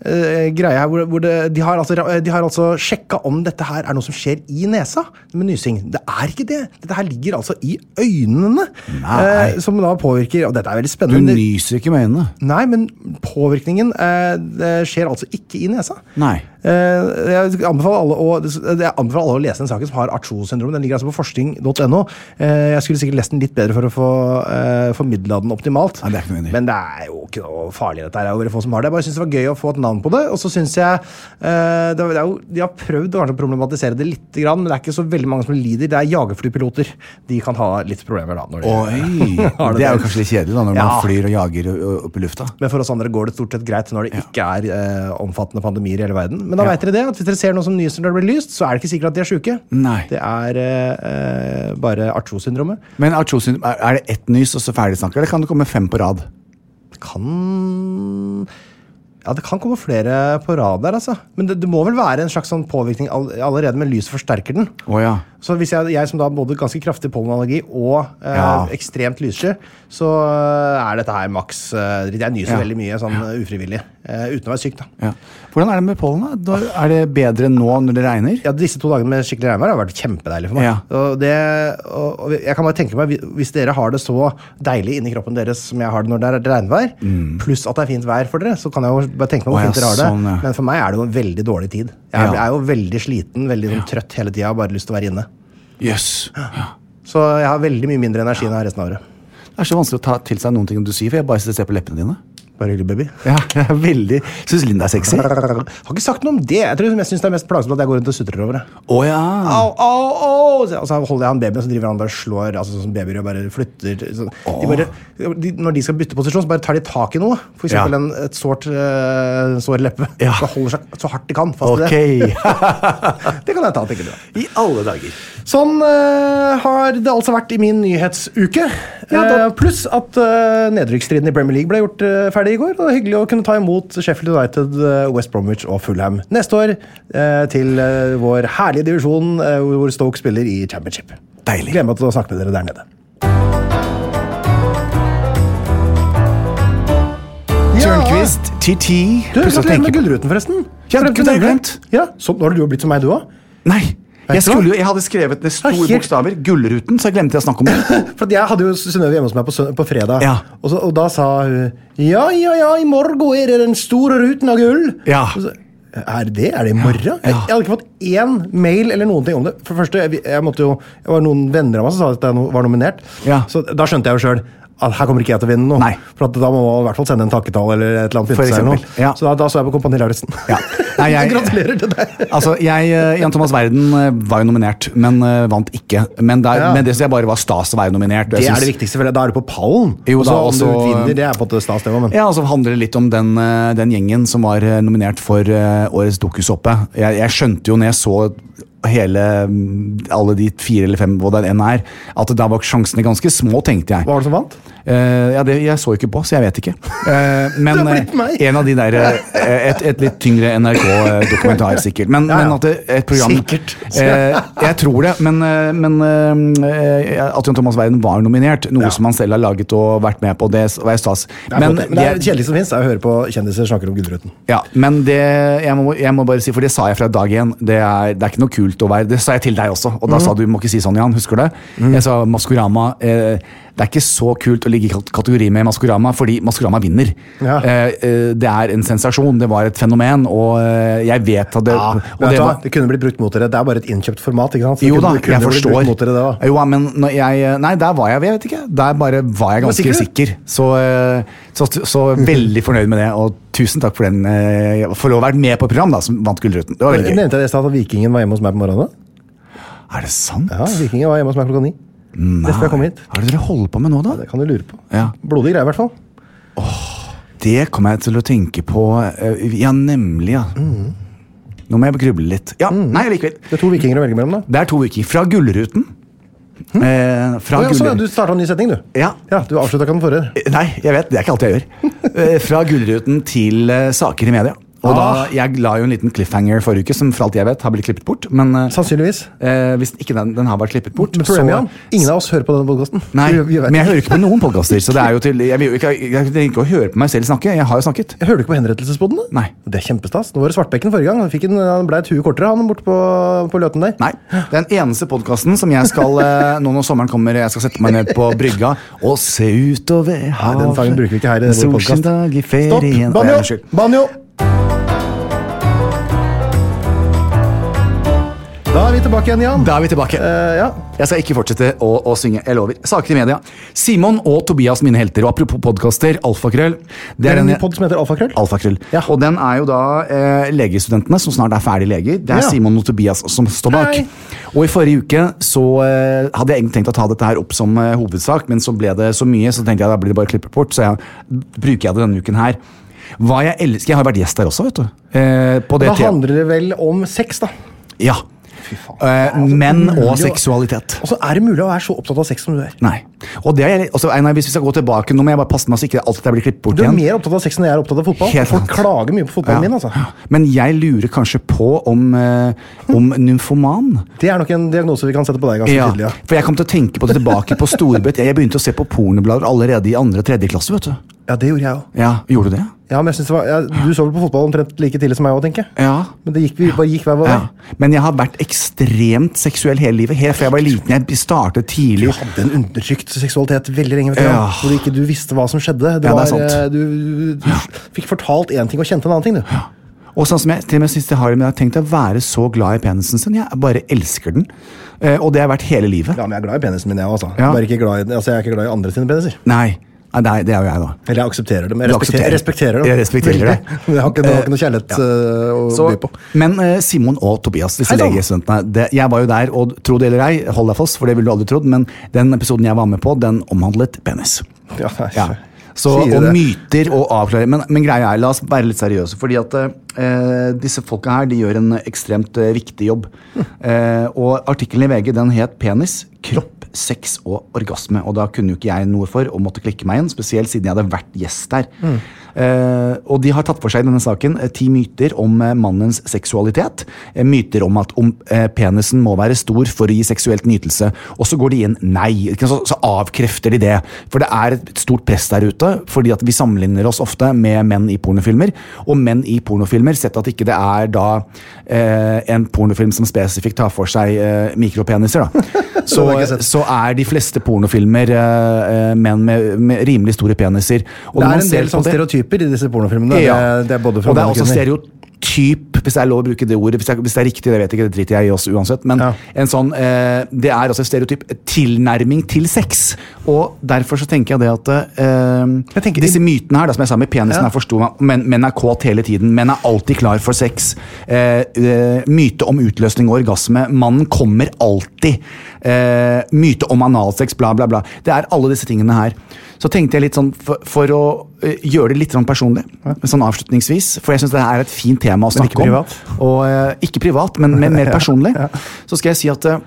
A: eh, greie her hvor, hvor det, de, har altså, ra- eh, de har altså sjekka om dette her er noe som skjer i nesa med nysing. Det er ikke det. Dette her ligger altså i øynene, eh,
B: Nei.
A: som da påvirker Og dette er veldig
B: Du
A: spennende.
B: nyser ikke med øynene.
A: Nei, men påvirkningen eh, det skjer altså ikke i nesa.
B: Nei.
A: Eh, Jeg anbefaler, alle å, jeg anbefaler alle å lese den saken som har Archo-syndrom. Den ligger altså på forskning.no. Eh, Jeg skulle sikkert lest den litt bedre for å få eh, formidla den optimalt.
B: Nei, det er ikke noe enig i.
A: Men det er jo ikke noe farlig, dette her. Det er jo veldig få som har det. Jeg bare syns det var gøy å få et navn på det. Og så syns jeg eh, det er jo, De har prøvd å kanskje problematisere det litt, grann, men det er ikke så veldig mange som lider. Det er jagerflypiloter. De kan ha litt problemer da. Når de,
B: Oi!
A: Har du
B: Det er jo
A: det?
B: kanskje litt kjedelig da, når
A: Ja.
B: man flyr og jager ø- ø- opp i lufta.
A: Men for oss andre går det stort sett greit når det ikke er eh, omfattende pandemier i hele verden. Men da
B: Ja.
A: vet dere det, at hvis dere ser noen som nyser når det blir lyst, så er det ikke sikkert at de er sjuke.
B: Nei.
A: Det er eh, eh, bare Archo-syndromet.
B: Men artrosyndrom, er er det ett nys og så ferdig snakka, eller kan det komme fem på rad?
A: Det kan Ja, det kan komme flere på rad der, altså. Men det, det må vel være en slags sånn påvirkning all, allerede, men lyset forsterker den.
B: Å ja.
A: Så hvis jeg, jeg som da har både ganske kraftig pollenallergi og eh,
B: Ja.
A: ekstremt lyssky, så eh, er dette her maks eh, dritt. Jeg nyser
B: Ja.
A: veldig mye sånn eh, ufrivillig. eh, uten å være syk, da.
B: ja. Hvordan er det med pollen? da? Da? Er det bedre nå når det regner?
A: Ja, Disse to dagene med skikkelig regnvær har vært kjempedeilig for meg.
B: Ja.
A: Og det, og, og jeg kan bare tenke meg, Hvis dere har det så deilig inni kroppen deres som jeg har det når det er regnvær, pluss at det er fint vær for dere, så kan jeg jo bare tenke meg
B: Mm. Å,
A: hvor
B: ja,
A: fint dere har det.
B: sånn, ja.
A: Men for meg er det jo en veldig dårlig tid. Jeg er,
B: Ja.
A: er jo veldig sliten, veldig sånn, trøtt hele tida, bare lyst til å være inne.
B: Jøss.
A: Så jeg har veldig mye mindre energi enn jeg har resten av året.
B: Det er så vanskelig å ta til seg noen ting du sier, for jeg bare sitter og ser på leppene dine.
A: Bare hyggelig, baby.
B: Ja, jeg er veldig Syns Linda er sexy? Å
A: Har ikke sagt noe om det. Jeg tror liksom jeg syns det er mest plagsomt at jeg går rundt og sutrer over det.
B: ja.
A: Au, au, au! Så- Og så holder jeg han babyen, og så driver han bare og slår. Altså sånn babyer og bare flytter så de bare, de, Når de skal bytte posisjon, så bare tar de tak i noe. For eksempel
B: Ja.
A: en, et sårt eh, sår leppe.
B: Ja.
A: Så holder seg så hardt de kan fast
B: Ok.
A: i det. Det kan jeg ta, tenker du.
B: I alle dager.
A: Sånn eh, har det altså vært i min nyhetsuke. Eh, pluss at eh, nedrykksstriden i Premier League ble gjort eh, ferdig i går. Og det er hyggelig å kunne ta imot Sheffield United, eh, West Bromwich og Fulham neste år eh, til eh, vår herlige divisjon eh, hvor Stoke spiller i championship.
B: Deilig.
A: Gleder meg til å snakke med dere der nede.
B: Tørnquist, TT
A: Du,
B: Plutselig
A: Gratulerer
B: tenker-
A: med Gullruten, forresten.
B: Ja,
A: Glemte
B: det har jeg
A: det.
B: glemt.
A: Ja, sånn har du jo blitt som meg, du òg.
B: Nei.
A: du
B: Jeg,
A: hva?
B: skulle jo, jeg hadde skrevet med store
A: helt-
B: bokstaver 'Gullruten', så jeg glemte jeg å snakke om det.
A: For at jeg hadde jo Synnøve hjemme hos meg på, søn- på fredag,
B: Ja.
A: og, så, og da sa hun Ja, ja, ja, i morgen er det den store ruten av gull.
B: Ja.
A: Og så, er det det? Er det i morgen? Jeg, jeg
B: Ja.
A: hadde ikke fått én mail eller noen ting om det. For det første, jeg, jeg måtte jo Det var noen venner av meg som sa at jeg no- var nominert,
B: Ja.
A: så da skjønte jeg jo sjøl at her kommer ikke jeg til å vinne noe.
B: Nei.
A: For at da må man i hvert fall sende en takketale eller et eller annet.
B: For
A: pynte seg eller noe.
B: eksempel, ja.
A: Så da, da så jeg på Kompani Lauritzen.
B: Ja. Nei, jeg-
A: Gratulerer til deg.
B: Altså, jeg, eh, Jan Thomas Verden eh, var jo nominert, men eh, vant ikke. Men, der,
A: Ja.
B: men det synes jeg bare var stas å være nominert. og jeg
A: Det er
B: synes-
A: det viktigste, for da er du på pallen.
B: Jo,
A: Også
B: da,
A: Altså, om du
B: også-
A: vinner, det er på en måte stas, det òg, men
B: Ja, altså handler det litt om den, eh, den gjengen som var eh, nominert for eh, årets dokusåpe. Jeg, jeg skjønte jo når jeg så hele, mm, alle de fire eller fem hvor det enn er, at da var sjansene ganske små, tenkte jeg.
A: Hva var det som vant?
B: Eh, ja, det, jeg så jo ikke på, så jeg vet ikke. Eh, men
A: Det har blitt
B: eh,
A: meg.
B: en av de der eh, et, et litt tyngre NRK-dokumentar, sikkert. Men,
A: Ja, ja.
B: men at det, et program
A: Sikkert.
B: Eh, jeg tror det, men, eh, men eh, at Jon Thomas Verden var nominert, noe
A: Ja.
B: som han selv har laget og vært med på, det var stas.
A: Det er
B: Men
A: flott, det. men det er det
B: jeg-
A: kjedeligste som fins, er å høre på kjendiser snakker om Gullruten.
B: ja, men det, jeg, må, jeg må bare si, for det sa jeg fra dag én, det er, det er ikke noe kult å være Det sa jeg til deg også, og da
A: Mhm.
B: sa du du må ikke si sånn, Jan. Husker du det? Jeg sa Maskorama eh, Det er ikke så kult å ligge i kat- kategori med Maskorama, fordi Maskorama vinner.
A: Ja.
B: Eh, eh, det er en sensasjon, det var et fenomen, og eh, jeg vet at det
A: Ja,
B: og
A: men vet
B: det
A: du hva?
B: var-
A: det kunne blitt brukt mot dere. Det er bare et innkjøpt format. ikke sant? Så
B: jo
A: det
B: da,
A: kunne- det kunne
B: jeg
A: blitt brukt
B: forstår.
A: Mot dere, det, da.
B: Jo, ja, men når jeg, eh, nei, der var jeg, jeg vet ikke. Der bare var jeg
A: Du var
B: ganske
A: sikker?
B: sikker. Så, eh, så, så veldig fornøyd med det, og tusen takk for den. eh, For å ha vært med på et program da, som vant Gullruten. Det var
A: Jeg
B: veldig gøy.
A: Nevnte jeg i stad at Vikingen var hjemme hos meg på morgenen?
B: Er det sant?
A: Ja, Vikingen var hjemme hos meg klokka ni. Nei. Rett før jeg kom hit.
B: Hva er det dere holder på med nå, da?
A: Det kan du lure på.
B: Ja.
A: Blodige greier, i hvert fall.
B: Det kom jeg til å tenke på. eh, Ja, nemlig, ja.
A: Mm.
B: Nå må jeg gruble litt. Ja, nei, likevel.
A: Det er to vikinger å velge mellom, da.
B: Det er to uker fra Gullruten. Eh, fra
A: Hm? Å, ja, sånn, ja,
B: Gullruten.
A: du starta en ny setning, du.
B: Ja. Eh,
A: Du avslutta ikke den forrige.
B: Nei, jeg vet, det er ikke alt jeg gjør. Eh, Fra Gullruten til eh, saker i media. Og
A: Ah.
B: da, Jeg la jo en liten cliffhanger forrige uke, som for alt jeg vet har blitt klippet bort. Men eh,
A: Sannsynligvis.
B: eh, hvis ikke den, den har vært klippet bort,
A: Men problemet Jan, ingen av oss hører på denne podkasten.
B: Nei,
A: Vi, vi vet
B: men jeg
A: ikke.
B: hører ikke på noen podkaster. Så det er jo til Jeg, vil jo ikke, jeg, jeg trenger ikke å høre på meg selv snakke. Jeg har jo snakket.
A: Hører du ikke på henrettelsespodden? da?
B: Nei.
A: Det er kjempestas. Nå var det Svartbekken forrige gang. Han, fikk en, han ble et hue kortere, han borte på, på Løten der.
B: Nei. Den eneste podkasten som jeg skal eh, Nå når sommeren kommer, jeg skal sette meg ned på brygga og se utover havet.
A: den sangen bruker vi ikke her i denne
B: En
A: podcasten.
B: solskinnsdag i
A: Stopp!
B: ferien. Å, ja,
A: Banjo!
B: unnskyld.
A: Banjo! Da er vi tilbake igjen, Jan.
B: Da er vi tilbake.
A: Eh, ja.
B: Jeg skal ikke fortsette å, å synge. Jeg lover. Saker i media. Simon og Tobias, mine helter. Og apropos podkaster, Alfakrøll.
A: Det er en pod som heter Alfakrøll.
B: Alfakrøll.
A: Ja.
B: Og den er jo da eh, legestudentene som snart er ferdig leger. Det er
A: Ja.
B: Simon og Tobias som står bak.
A: Hei.
B: Og i forrige uke så eh, hadde jeg egentlig tenkt å ta dette her opp som eh, hovedsak, men så ble det så mye, så tenkte jeg da blir det bare klippet bort. Så jeg, bruker jeg det denne uken her. Hva jeg elsker Jeg har jo vært gjest der også, vet du. Eh, på det
A: Da
B: tema-
A: handler det vel om sex, da.
B: Ja. Eh, menn og seksualitet.
A: Og så er det mulig å være så opptatt av sex som du er.
B: Nei. Og det er, også, Einar, hvis vi skal gå tilbake, nå må jeg bare passe meg så ikke alt dette blir klippet bort
A: Du er
B: igjen.
A: mer opptatt av sex enn jeg er opptatt av fotball.
B: Helt
A: Folk
B: sant.
A: klager mye på fotballen
B: Ja.
A: min. altså.
B: Men jeg lurer kanskje på om, eh, om nymfoman.
A: Det er nok en diagnose vi kan sette på deg ganske
B: Ja,
A: tydelig. Ja.
B: for jeg kom til å tenke på det tilbake på Storbøtt. Jeg begynte å se på pornoblader allerede i andre og tredje klasse. vet du.
A: ja, det gjorde jeg òg.
B: Ja, Gjorde du det?
A: Ja, men jeg synes det var, ja, du så vel på fotball omtrent like tidlig som meg òg, tenker jeg.
B: Ja.
A: Men det gikk, vi bare gikk hver vår vei.
B: Ja. Men jeg har vært ekstremt seksuell hele livet. Helt fra jeg var liten. Jeg startet
A: Du
B: tidlig.
A: hadde en undertrykt seksualitet veldig lenge. Vet du,
B: Ja.
A: Hvor ikke du visste hva som skjedde. Det
B: Ja, det er
A: var,
B: sant.
A: eh, Du, du fikk fortalt én ting og kjente en annen ting. du.
B: Og sånn som jeg til og med synes det har det med å tenke å være så glad i penisen sin. Jeg bare elsker den. Eh, Og det har jeg vært hele livet.
A: Ja, men jeg er glad i penisen min, jeg òg. Altså.
B: Ja.
A: Bare ikke glad i den- Altså, jeg er ikke glad i andre sine peniser.
B: Nei, Nei, det er, det er jo jeg, da.
A: Eller jeg aksepterer dem. Jeg
B: Du
A: respekterer, jeg respekterer dem.
B: Jeg respekterer
A: Veldig.
B: det.
A: Men jeg har ikke, jeg har ikke noe kjærlighet
B: Ja.
A: eh, å by på.
B: men eh, Simon og Tobias, disse
A: Hei sann.
B: legestudentene. det- Jeg var jo der, og tro det eller ei, hold deg fast, for det ville du aldri trodd, men den episoden jeg var med på, den omhandlet penis.
A: Ja, nei,
B: Ja. Så,
A: sier du det?
B: og myter og avklaring. Men, men greia er, la oss være litt seriøse. Fordi at eh, disse folka her de gjør en ekstremt eh, viktig jobb. Eh, og artikkelen i VG den het 'Penis, kropp, sex og orgasme'. Og da kunne jo ikke jeg noe for og måtte klikke meg inn, spesielt siden jeg hadde vært gjest der.
A: Mm.
B: Eh, og de har tatt for seg i denne saken eh, ti myter om eh, mannens seksualitet. Eh, myter om at om, eh, penisen må være stor for å gi seksuelt nytelse. Og så går de inn nei. ikke sant? Så, så avkrefter de det. For det er et stort press der ute. fordi at Vi sammenligner oss ofte med menn i pornofilmer. Og menn i pornofilmer, sett at ikke det er da eh, en pornofilm som spesifikt tar for seg eh, mikropeniser, da. Så,
A: har jeg ikke sett.
B: så er de fleste pornofilmer eh, eh, menn med, med rimelig store peniser. Og
A: Det
B: når
A: er
B: man
A: en
B: ser
A: del
B: på
A: sånn
B: det-
A: stereotyper i disse pornofilmene.
B: ja.
A: Det, det er både fra
B: og det er
A: menn
B: også
A: kvinner.
B: stereotyp Hvis det er lov å bruke det ordet, hvis det er, hvis det er riktig, det vet jeg ikke, det driter jeg i oss uansett. Men
A: Ja.
B: en sånn, eh, det er altså en stereotyp tilnærming til sex. Og derfor så tenker jeg det at eh,
A: tenker-
B: disse mytene her, da, som jeg sa med penisen
A: Ja.
B: her, forsto meg, men, menn er kåt hele tiden, menn er alltid klar for sex. Eh, eh, myte om utløsning og orgasme, mannen kommer alltid. Eh, myte om analsex, bla, bla, bla. Det er alle disse tingene her. Så tenkte jeg litt sånn, for, for å eh, gjøre det litt sånn personlig, sånn avslutningsvis, for jeg syns det er et fint tema å
A: Men ikke
B: snakke om. Og, eh, ikke privat, men, men mer personlig. Så skal jeg si at eh,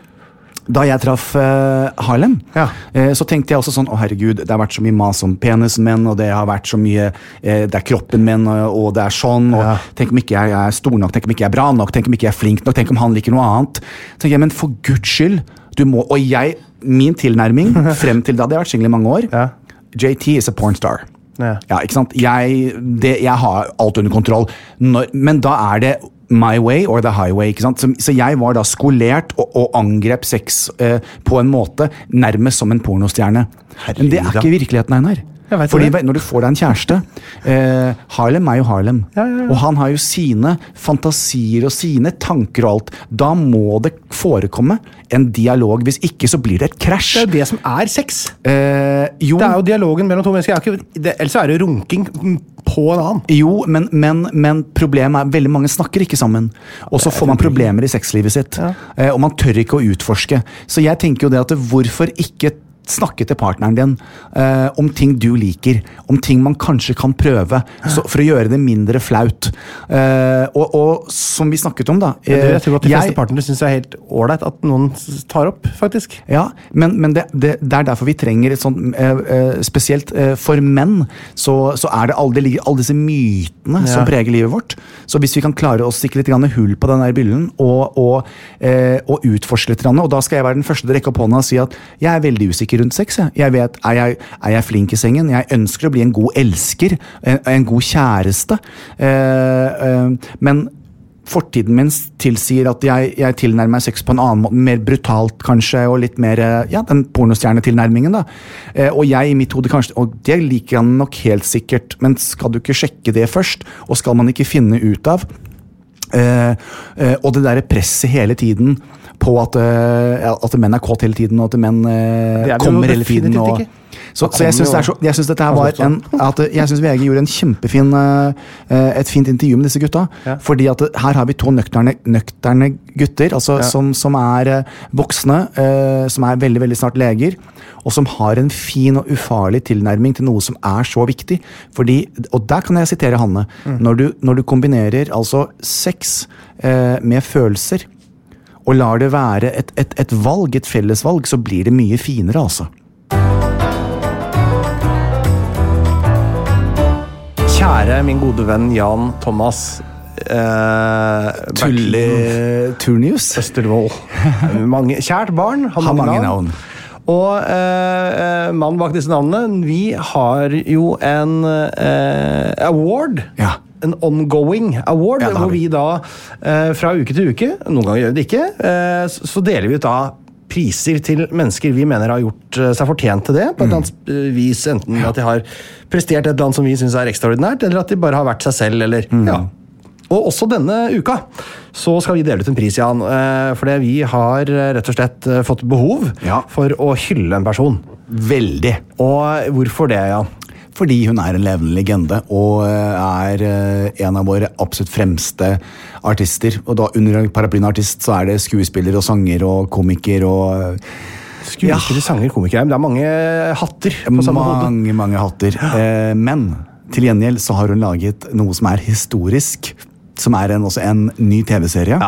B: da jeg traff eh, Harlem,
A: Ja.
B: eh, så tenkte jeg også sånn Å, herregud, det har vært så mye mas om penisen min, og det har vært så mye eh, Det er kroppen min, og, og det er sånn, og
A: Ja.
B: tenk om ikke jeg er stor nok, tenk om ikke jeg er bra nok, tenk om ikke jeg er flink nok, tenk om han liker noe annet. Så tenker jeg, Men for guds skyld, du må Og jeg, min tilnærming frem til da, det har vært singel i mange år,
A: Ja.
B: JT is a pornstar.
A: Ja.
B: Ja, ikke sant? Jeg, det, jeg har alt under kontroll. Når, men da er det my way or the highway. ikke sant? Så, så jeg var da skolert og, og angrep sex eh, på en måte nærmest som en pornostjerne. Men det
A: Herregud,
B: er
A: da.
B: ikke virkeligheten, Einar.
A: Jeg vet
B: Fordi
A: det.
B: Når du får deg en kjæreste eh, Harlem er jo Harlem. Og han har jo sine fantasier og sine tanker og alt. Da må det forekomme en dialog. Hvis ikke så blir det et krasj.
A: Det er jo det som er sex.
B: Eh, jo,
A: Det er jo dialogen mellom to mennesker. Jeg er ikke, det, ellers er det runking på en annen.
B: Jo, men, men, men problemet er veldig mange snakker ikke sammen. Og så får man problemer i sexlivet sitt. Eh, Og man tør ikke å utforske. Så jeg tenker jo det at hvorfor ikke snakke til partneren din eh, om ting du liker? Om ting man kanskje kan prøve så, for å gjøre det mindre flaut. Eh, og, og som vi snakket om, da
A: Men du,
B: eh,
A: jeg tror at de fleste
B: jeg-
A: partnere syns det er helt ålreit at noen s- tar opp, faktisk.
B: ja, men, men det, det, det er derfor vi trenger et sånt eh, eh, Spesielt eh, for menn så, så er det alle, det ligger alle disse mytene
A: Ja.
B: som preger livet vårt. Så hvis vi kan klare å stikke litt grann hull på den der byllen og, og, eh, og utforske litt, grann, og da skal jeg være den første til å rekke opp hånda og si at jeg er veldig usikker rundt sex. Jeg, jeg vet, er jeg, er jeg flink i sengen? Jeg ønsker å bli en god elsker, en, en god kjæreste. Eh, eh, men fortiden min tilsier at jeg, jeg tilnærmer meg sex på en annen måte, mer brutalt kanskje, og litt mer eh, ja, den pornostjernetilnærmingen. da. Eh, og jeg i mitt hode kanskje Og det liker han nok helt sikkert, men skal du ikke sjekke det først? Og skal man ikke finne ut av? Eh, eh, og det derre presset hele tiden på at, eh, ja, at menn er kåt hele tiden, og at menn eh,
A: Det er vi jo
B: kommer hele tiden.
A: definitivt
B: Og,
A: ikke.
B: så, så jeg
A: kommer
B: syns det er
A: jo-
B: så jeg synes dette her var en, at jeg synes VG gjorde en kjempefin eh, et fint intervju med disse gutta. Fordi at her har vi to nøkterne, nøkterne gutter altså som, som er eh, voksne, eh, som er veldig veldig snart leger, og som har en fin og ufarlig tilnærming til noe som er så viktig. Fordi, og der kan jeg sitere Hanne. Når, du, når du kombinerer altså sex eh, med følelser, og lar det være et, et, et valg, et fellesvalg, så blir det mye finere, altså.
A: Kjære min gode venn Jan Thomas. Eh,
B: Tulle turnius.
A: Østervold. Mange, kjært barn har
B: Har
A: mange,
B: mange
A: navn.
B: navn.
A: Og eh, eh, mannen bak disse navnene, vi har jo en eh, award.
B: Ja.
A: En ongoing award,
B: Ja, det har
A: hvor vi
B: vi.
A: da eh, fra uke til uke, noen ganger gjør vi det ikke, eh, s- så deler vi ut da priser til mennesker vi mener har gjort eh, seg fortjent til det. på et eller annet eh, vis, Enten at de har prestert et eller annet som vi syns er ekstraordinært, eller at de bare har vært seg selv, eller ja. Og også denne uka så skal vi dele ut en pris, Jan. eh, Fordi vi har eh, rett og slett eh, fått behov
B: Ja.
A: for å hylle en person.
B: Veldig.
A: Og hvorfor det, Jan?
B: Fordi hun er en levende legende og eh, er eh, en av våre absolutt fremste artister. Og da under paraplyen artist så er det skuespiller og sanger og komiker og eh,
A: Skuespiller, sanger, komikere. Det er mange hatter på samme hode.
B: mange, mange hatter. Eh, Men til gjengjeld så har hun laget noe som er historisk. Som er en, også en ny TV-serie
A: Ja.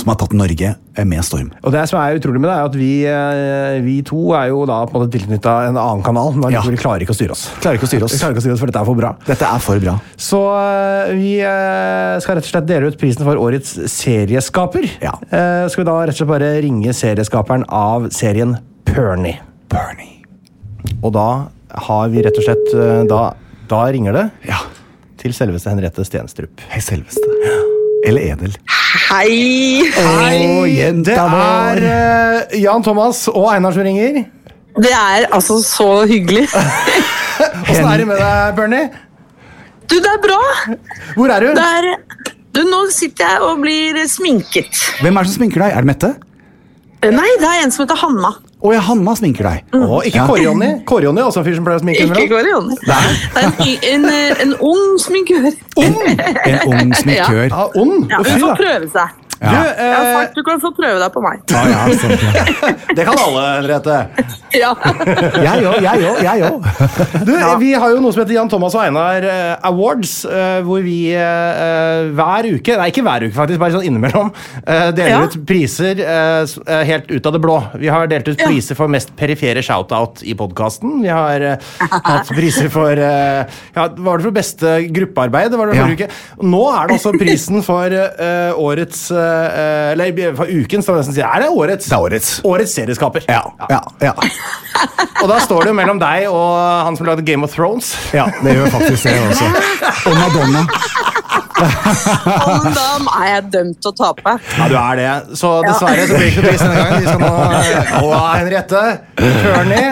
B: som har tatt Norge eh, med storm.
A: Og det som er utrolig med det, er at vi, eh, vi to er jo da på en måte tilknytta en annen kanal, men
B: Ja.
A: vi klarer ikke å styre oss.
B: Klarer ikke å styre oss.
A: Vi klarer ikke å styre oss, For dette er for bra.
B: Dette er for bra.
A: Så øh, vi øh, skal rett og slett dele ut prisen for årets serieskaper.
B: Ja.
A: Eh, Skal vi da rett og slett bare ringe serieskaperen av serien Pernie.
B: Bernie.
A: Og da har vi rett og slett øh, Da, da ringer det
B: Ja.
A: til selveste Henriette Stenstrup.
B: Hei, selveste. Eller Edel.
D: Hei!
B: Å,
A: Det
B: jenta
A: er
B: vår!
A: øh, Jan Thomas og Einar som ringer.
D: Det er altså så hyggelig.
A: Åssen er det med deg, Bernie?
D: Du, det er bra!
A: Hvor er
D: Det
A: du?
D: er, Du, nå sitter jeg og blir sminket.
B: Hvem er det som sminker deg? Er det Mette?
D: Eh, Nei, det er en som heter Hanna.
B: Å ja, Hanna sminker deg.
A: Å, ikke Kåre-Jonny. Kåre-Jonny er også en fyr som pleier å sminke
D: Ikke
A: innimellom.
D: Kåre Jonny. Det er en, y- en, eh, en ung sminkør.
B: En ung sminkør.
A: Ja, ond.
D: Ja, hun
A: og fin,
D: får
A: da.
D: prøve seg.
A: Du,
B: Ja.
D: Jeg har
A: eh,
D: sagt du kan få prøve deg på meg.
B: Ja, ja, sånn, ja.
A: det kan alle, Henriette.
D: Ja.
B: Jeg òg, jeg òg, jeg òg.
A: Du, Vi har jo noe som heter Jan Thomas og Einar eh, Awards, eh, hvor vi eh, hver uke Nei, ikke hver uke, faktisk, bare sånn innimellom. eh, deler
D: Ja.
A: ut priser eh, s- eh, helt ut av det blå. Vi har delt ut
D: Ja.
A: priser for mest perifere shout-out i podkasten. Vi har eh, hatt priser for eh, ja, hva Var det for beste gruppearbeid? Var det
B: Ja.
A: forrige uke? Nå er det altså prisen for eh, årets eh, Eller eh, for ukens, da, vil jeg nesten si. Er det årets?
B: Det er årets.
A: Årets serieskaper.
B: Ja, ja, ja.
A: Og da står det jo mellom deg og han som lagde Game of Thrones.
B: ja det gjør faktisk det også. Og Madonna.
D: Og da er jeg dømt til å tape.
A: Ja, du er det. Så dessverre så blir det ikke noe pris denne gangen. Vi skal nå Og Henriette Tørni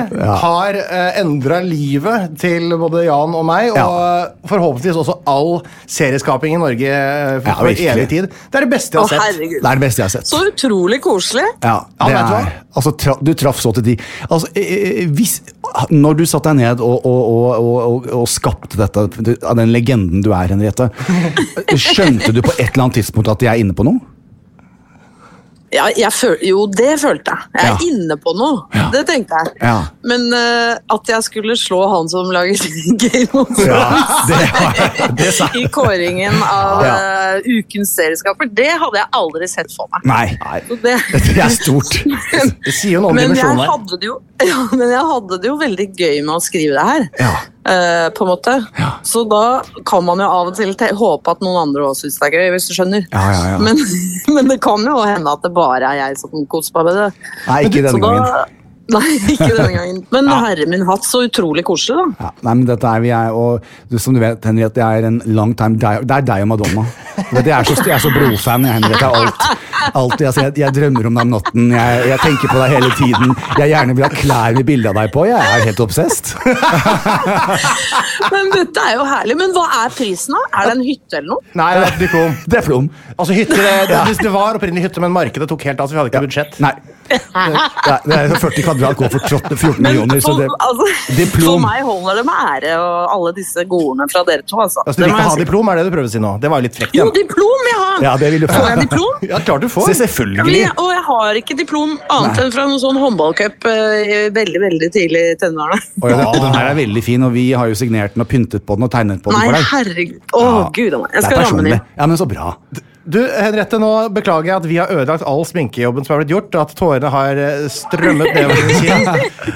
A: har eh, endra livet til både Jan og meg, og
B: Ja.
A: forhåpentligvis også all serieskaping i Norge eh,
B: Ja,
A: for
B: virkelig.
A: evig tid. Det er det beste
D: Å,
A: jeg har sett.
B: Det
D: herregud.
B: er det beste jeg har sett.
D: Så utrolig koselig.
B: Ja,
A: Ja,
B: det
A: vet du
B: er, altså, tra, du traff så til de altså, eh, eh, hvis, Når du satte deg ned og, og, og, og, og, og skapte dette du- av den legenden du er, Henriette, skjønte du på et eller annet tidspunkt at jeg er inne på noe?
D: Ja, jeg føl jo, det følte jeg. Jeg er
B: Ja.
D: inne på noe.
B: Ja.
D: Det tenkte jeg.
B: Ja.
D: Men eh, at jeg skulle slå han som lager Game of Thrones
B: det, har- det sa
D: i kåringen av
B: Ja.
D: eh, ukens serieskaper, det hadde jeg aldri sett for meg.
B: Nei.
D: Så det-
B: Det er stort.
A: Det sier jo noe om
D: men, jeg
A: dimensjonen her.
D: hadde det jo, ja, men jeg hadde det jo veldig gøy med å skrive det her.
B: Ja.
D: eh, på en måte. Så da kan man jo av og til te- håpe at noen andre også syns det er gøy, hvis du skjønner.
B: Ja, ja, ja.
D: Men, men det kan jo hende at det bare er jeg som koser meg med det.
B: Nei, ikke
D: Så
B: denne
D: da-
B: gangen.
D: Nei, ikke denne gangen. Men herre min hatt, så utrolig koselig, da.
B: Ja, nei, men dette er vi er, og du, som du vet, Henriette, jeg er en long time di- Det er deg og Madonna. Du vet, Jeg er så, jeg er så blodfan, jeg, Henriette. Jeg er Alt, alt altså, jeg, jeg drømmer om deg om natten. Jeg, jeg tenker på deg hele tiden. Jeg gjerne vil ha klær med bilde av deg på. Jeg er helt obsesst.
D: Men dette er jo herlig. Men hva er prisen, da? Er det en hytte eller noe?
A: Nei, det er et diplom.
B: Det er flom.
A: Altså, hytter, det, det, det var opprinnelig hytte, men markedet tok helt av, så vi hadde ikke budsjett.
B: Nei. Det, det er 40 kvadrat går for 13 14
D: Men
B: millioner, så
D: for,
B: det
D: altså, for
B: Diplom.
D: meg holder det med ære og alle disse godene fra dere to. Altså.
A: Altså, du
D: Det
A: vil
D: må jeg
A: ikke ha
D: si.
A: diplom, er det du prøver å si nå? Det var jo litt frekt.
D: Jo,
A: Jan.
D: diplom jeg har!
B: Ja, det vil du få.
D: Får jeg diplom?
A: Ja, klart du får.
B: Se, selvfølgelig.
D: Ja, men jeg, og jeg har ikke diplom annet enn fra noen sånn håndballcup eh, veldig veldig tidlig i tenårene.
B: Og den, og den her er veldig fin, og vi har jo signert den og pyntet på den og tegnet på den
D: Nei,
B: for deg.
D: herregud. Å,
B: Ja.
D: gud a meg. Jeg
B: Det er
D: skal ramme den
B: personlig.
D: inn.
B: Ja, men så bra.
A: Du, Henriette, nå beklager jeg at vi har ødelagt all sminkejobben som har blitt gjort, og at tårene har eh, strømmet nedover din kinn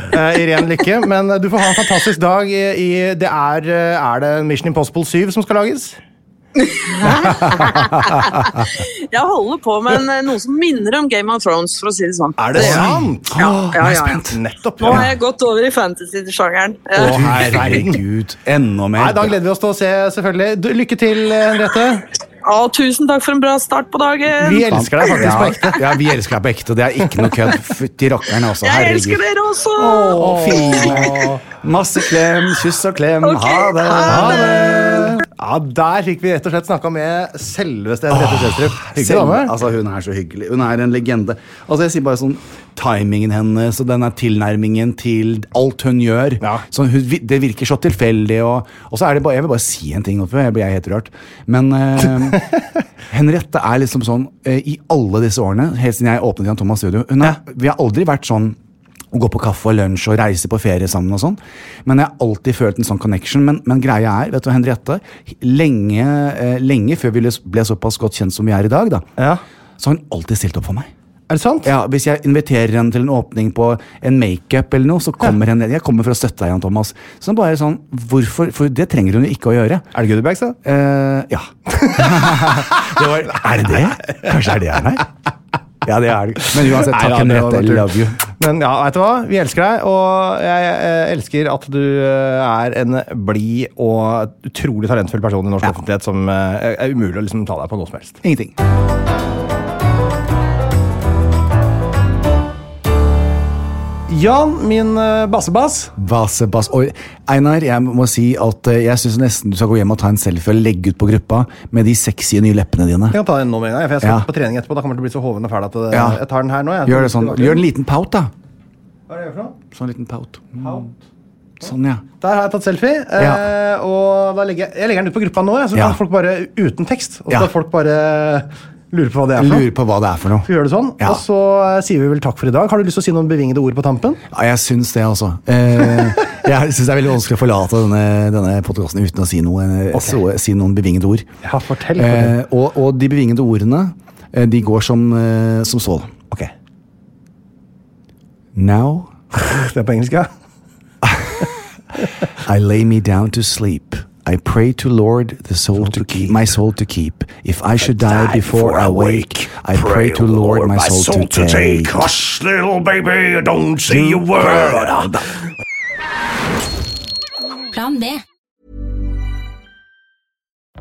A: eh, i ren lykke. Men eh, du får ha en fantastisk dag i, i det er, eh, er det Mission Impossible 7 som skal lages?
D: Jeg holder på med en, eh, noe som minner om Game of Thrones, for å si det sånn.
A: sant?
D: Ja, ja, ja, ja.
A: Nettopp.
D: Nå har
A: Ja.
D: jeg gått over i fantasy-sjangeren.
A: Å,
D: Eh,
A: herregud.
B: Herregud. Enda mer.
A: Nei, Da gleder vi oss til å se, selvfølgelig. Du, lykke til, eh, Henriette.
D: å, tusen takk for en bra start på dagen.
A: Vi elsker deg faktisk på ekte.
B: Ja, vi elsker deg på ekte. Det er ikke noe kødd. Fytti rakkeren, altså.
D: Jeg
B: Herregud.
D: elsker dere også!
B: Å, fine. Masse klem, kyss og klem.
D: Ok,
B: Ha det.
D: ha det.
A: Ja, Der fikk vi rett og slett snakka med selveste Henriette Kjelstrup. Hyggelig
B: Selv-
A: dame.
B: Altså, hun er så hyggelig. Hun er en legende. Altså, jeg sier bare sånn Timingen hennes og denne tilnærmingen til alt hun gjør.
A: Ja.
B: Sånn, hun, vi- det virker så tilfeldig. Og, og så er det bare, jeg vil bare si en ting, nå, for jeg blir helt rørt. Men eh, Henriette er liksom sånn eh, i alle disse årene, helt siden jeg åpnet Jan Thomas Studio hun har, Vi har aldri vært sånn å gå på kaffe og lunsj og reise på ferie sammen og sånn. Men jeg har alltid følt en sånn connection. Men, men greia er, vet du, Henriette, lenge, eh, lenge før vi ble såpass godt kjent som vi er i dag, da,
A: Ja.
B: så har hun alltid stilt opp for meg.
A: Er det sant?
B: Ja, Hvis jeg inviterer henne til en åpning på en makeup, eller noe, så kommer hun Jeg kommer for å støtte deg, Jan Thomas. Så bare sånn, hvorfor, For det trenger hun jo ikke å gjøre.
A: Er det goodiebags, da?
B: Eh, ja. det var, er det det? Kanskje det er det han er? Ja, det er det. Men uansett,
A: Nei,
B: takk,
A: ja, det var
B: Henriette.
A: bare
B: I
A: tull.
B: love you.
A: Men ja, vet du hva? Vi elsker deg, og jeg eh, elsker at du eh, er en blid og utrolig talentfull person i norsk offentlighet som eh, er umulig å liksom ta deg på noe som helst.
B: Ingenting.
A: Jan, min eh, bassebass.
B: Vasebass. Og Einar, jeg må si at eh, jeg syns nesten du skal gå hjem og ta en selfie og legge ut på gruppa med de sexy nye leppene dine.
A: Jeg kan ta den nå med en gang, for jeg skal
B: Ja.
A: på trening etterpå. Da kommer jeg til å bli så hoven og fæl at eh,
B: Ja.
A: jeg tar den her nå. Jeg.
B: Gjør det sånn. Gjør en liten pout, da.
A: Hva er det jeg gjør for noe?
B: Sånn liten pout. Sånn, ja.
A: Der har jeg tatt selfie, eh,
B: Ja.
A: og da legger jeg, jeg legger den ut på gruppa nå, jeg, så
B: Ja.
A: kan folk bare uten tekst. Og så
B: Ja.
A: kan folk bare eh, lure på hva det er
B: Jeg
A: for noe.
B: lurer på hva det er for
A: Vi
B: noe.
A: gjør det sånn,
B: Ja.
A: og så eh, sier vi vel takk for i dag. Har du lyst til å si noen bevingede ord på tampen?
B: Ja, jeg syns det, altså. Eh, jeg syns det er veldig vanskelig å forlate denne, denne podkasten uten å si, noe, eh, så, si noen bevingede ord.
A: Ja, fortell.
B: Eh, og, og de bevingede ordene, eh, de går som, eh, som så.
A: Ok,
B: Now
A: Eh, det er på engelsk, ja.
B: I lay me down to sleep. I pray to Lord the soul to keep my soul to keep. If I should die before I wake, I pray to Lord my soul to take.
E: Hush, little baby, don't say a word.
F: Plan B.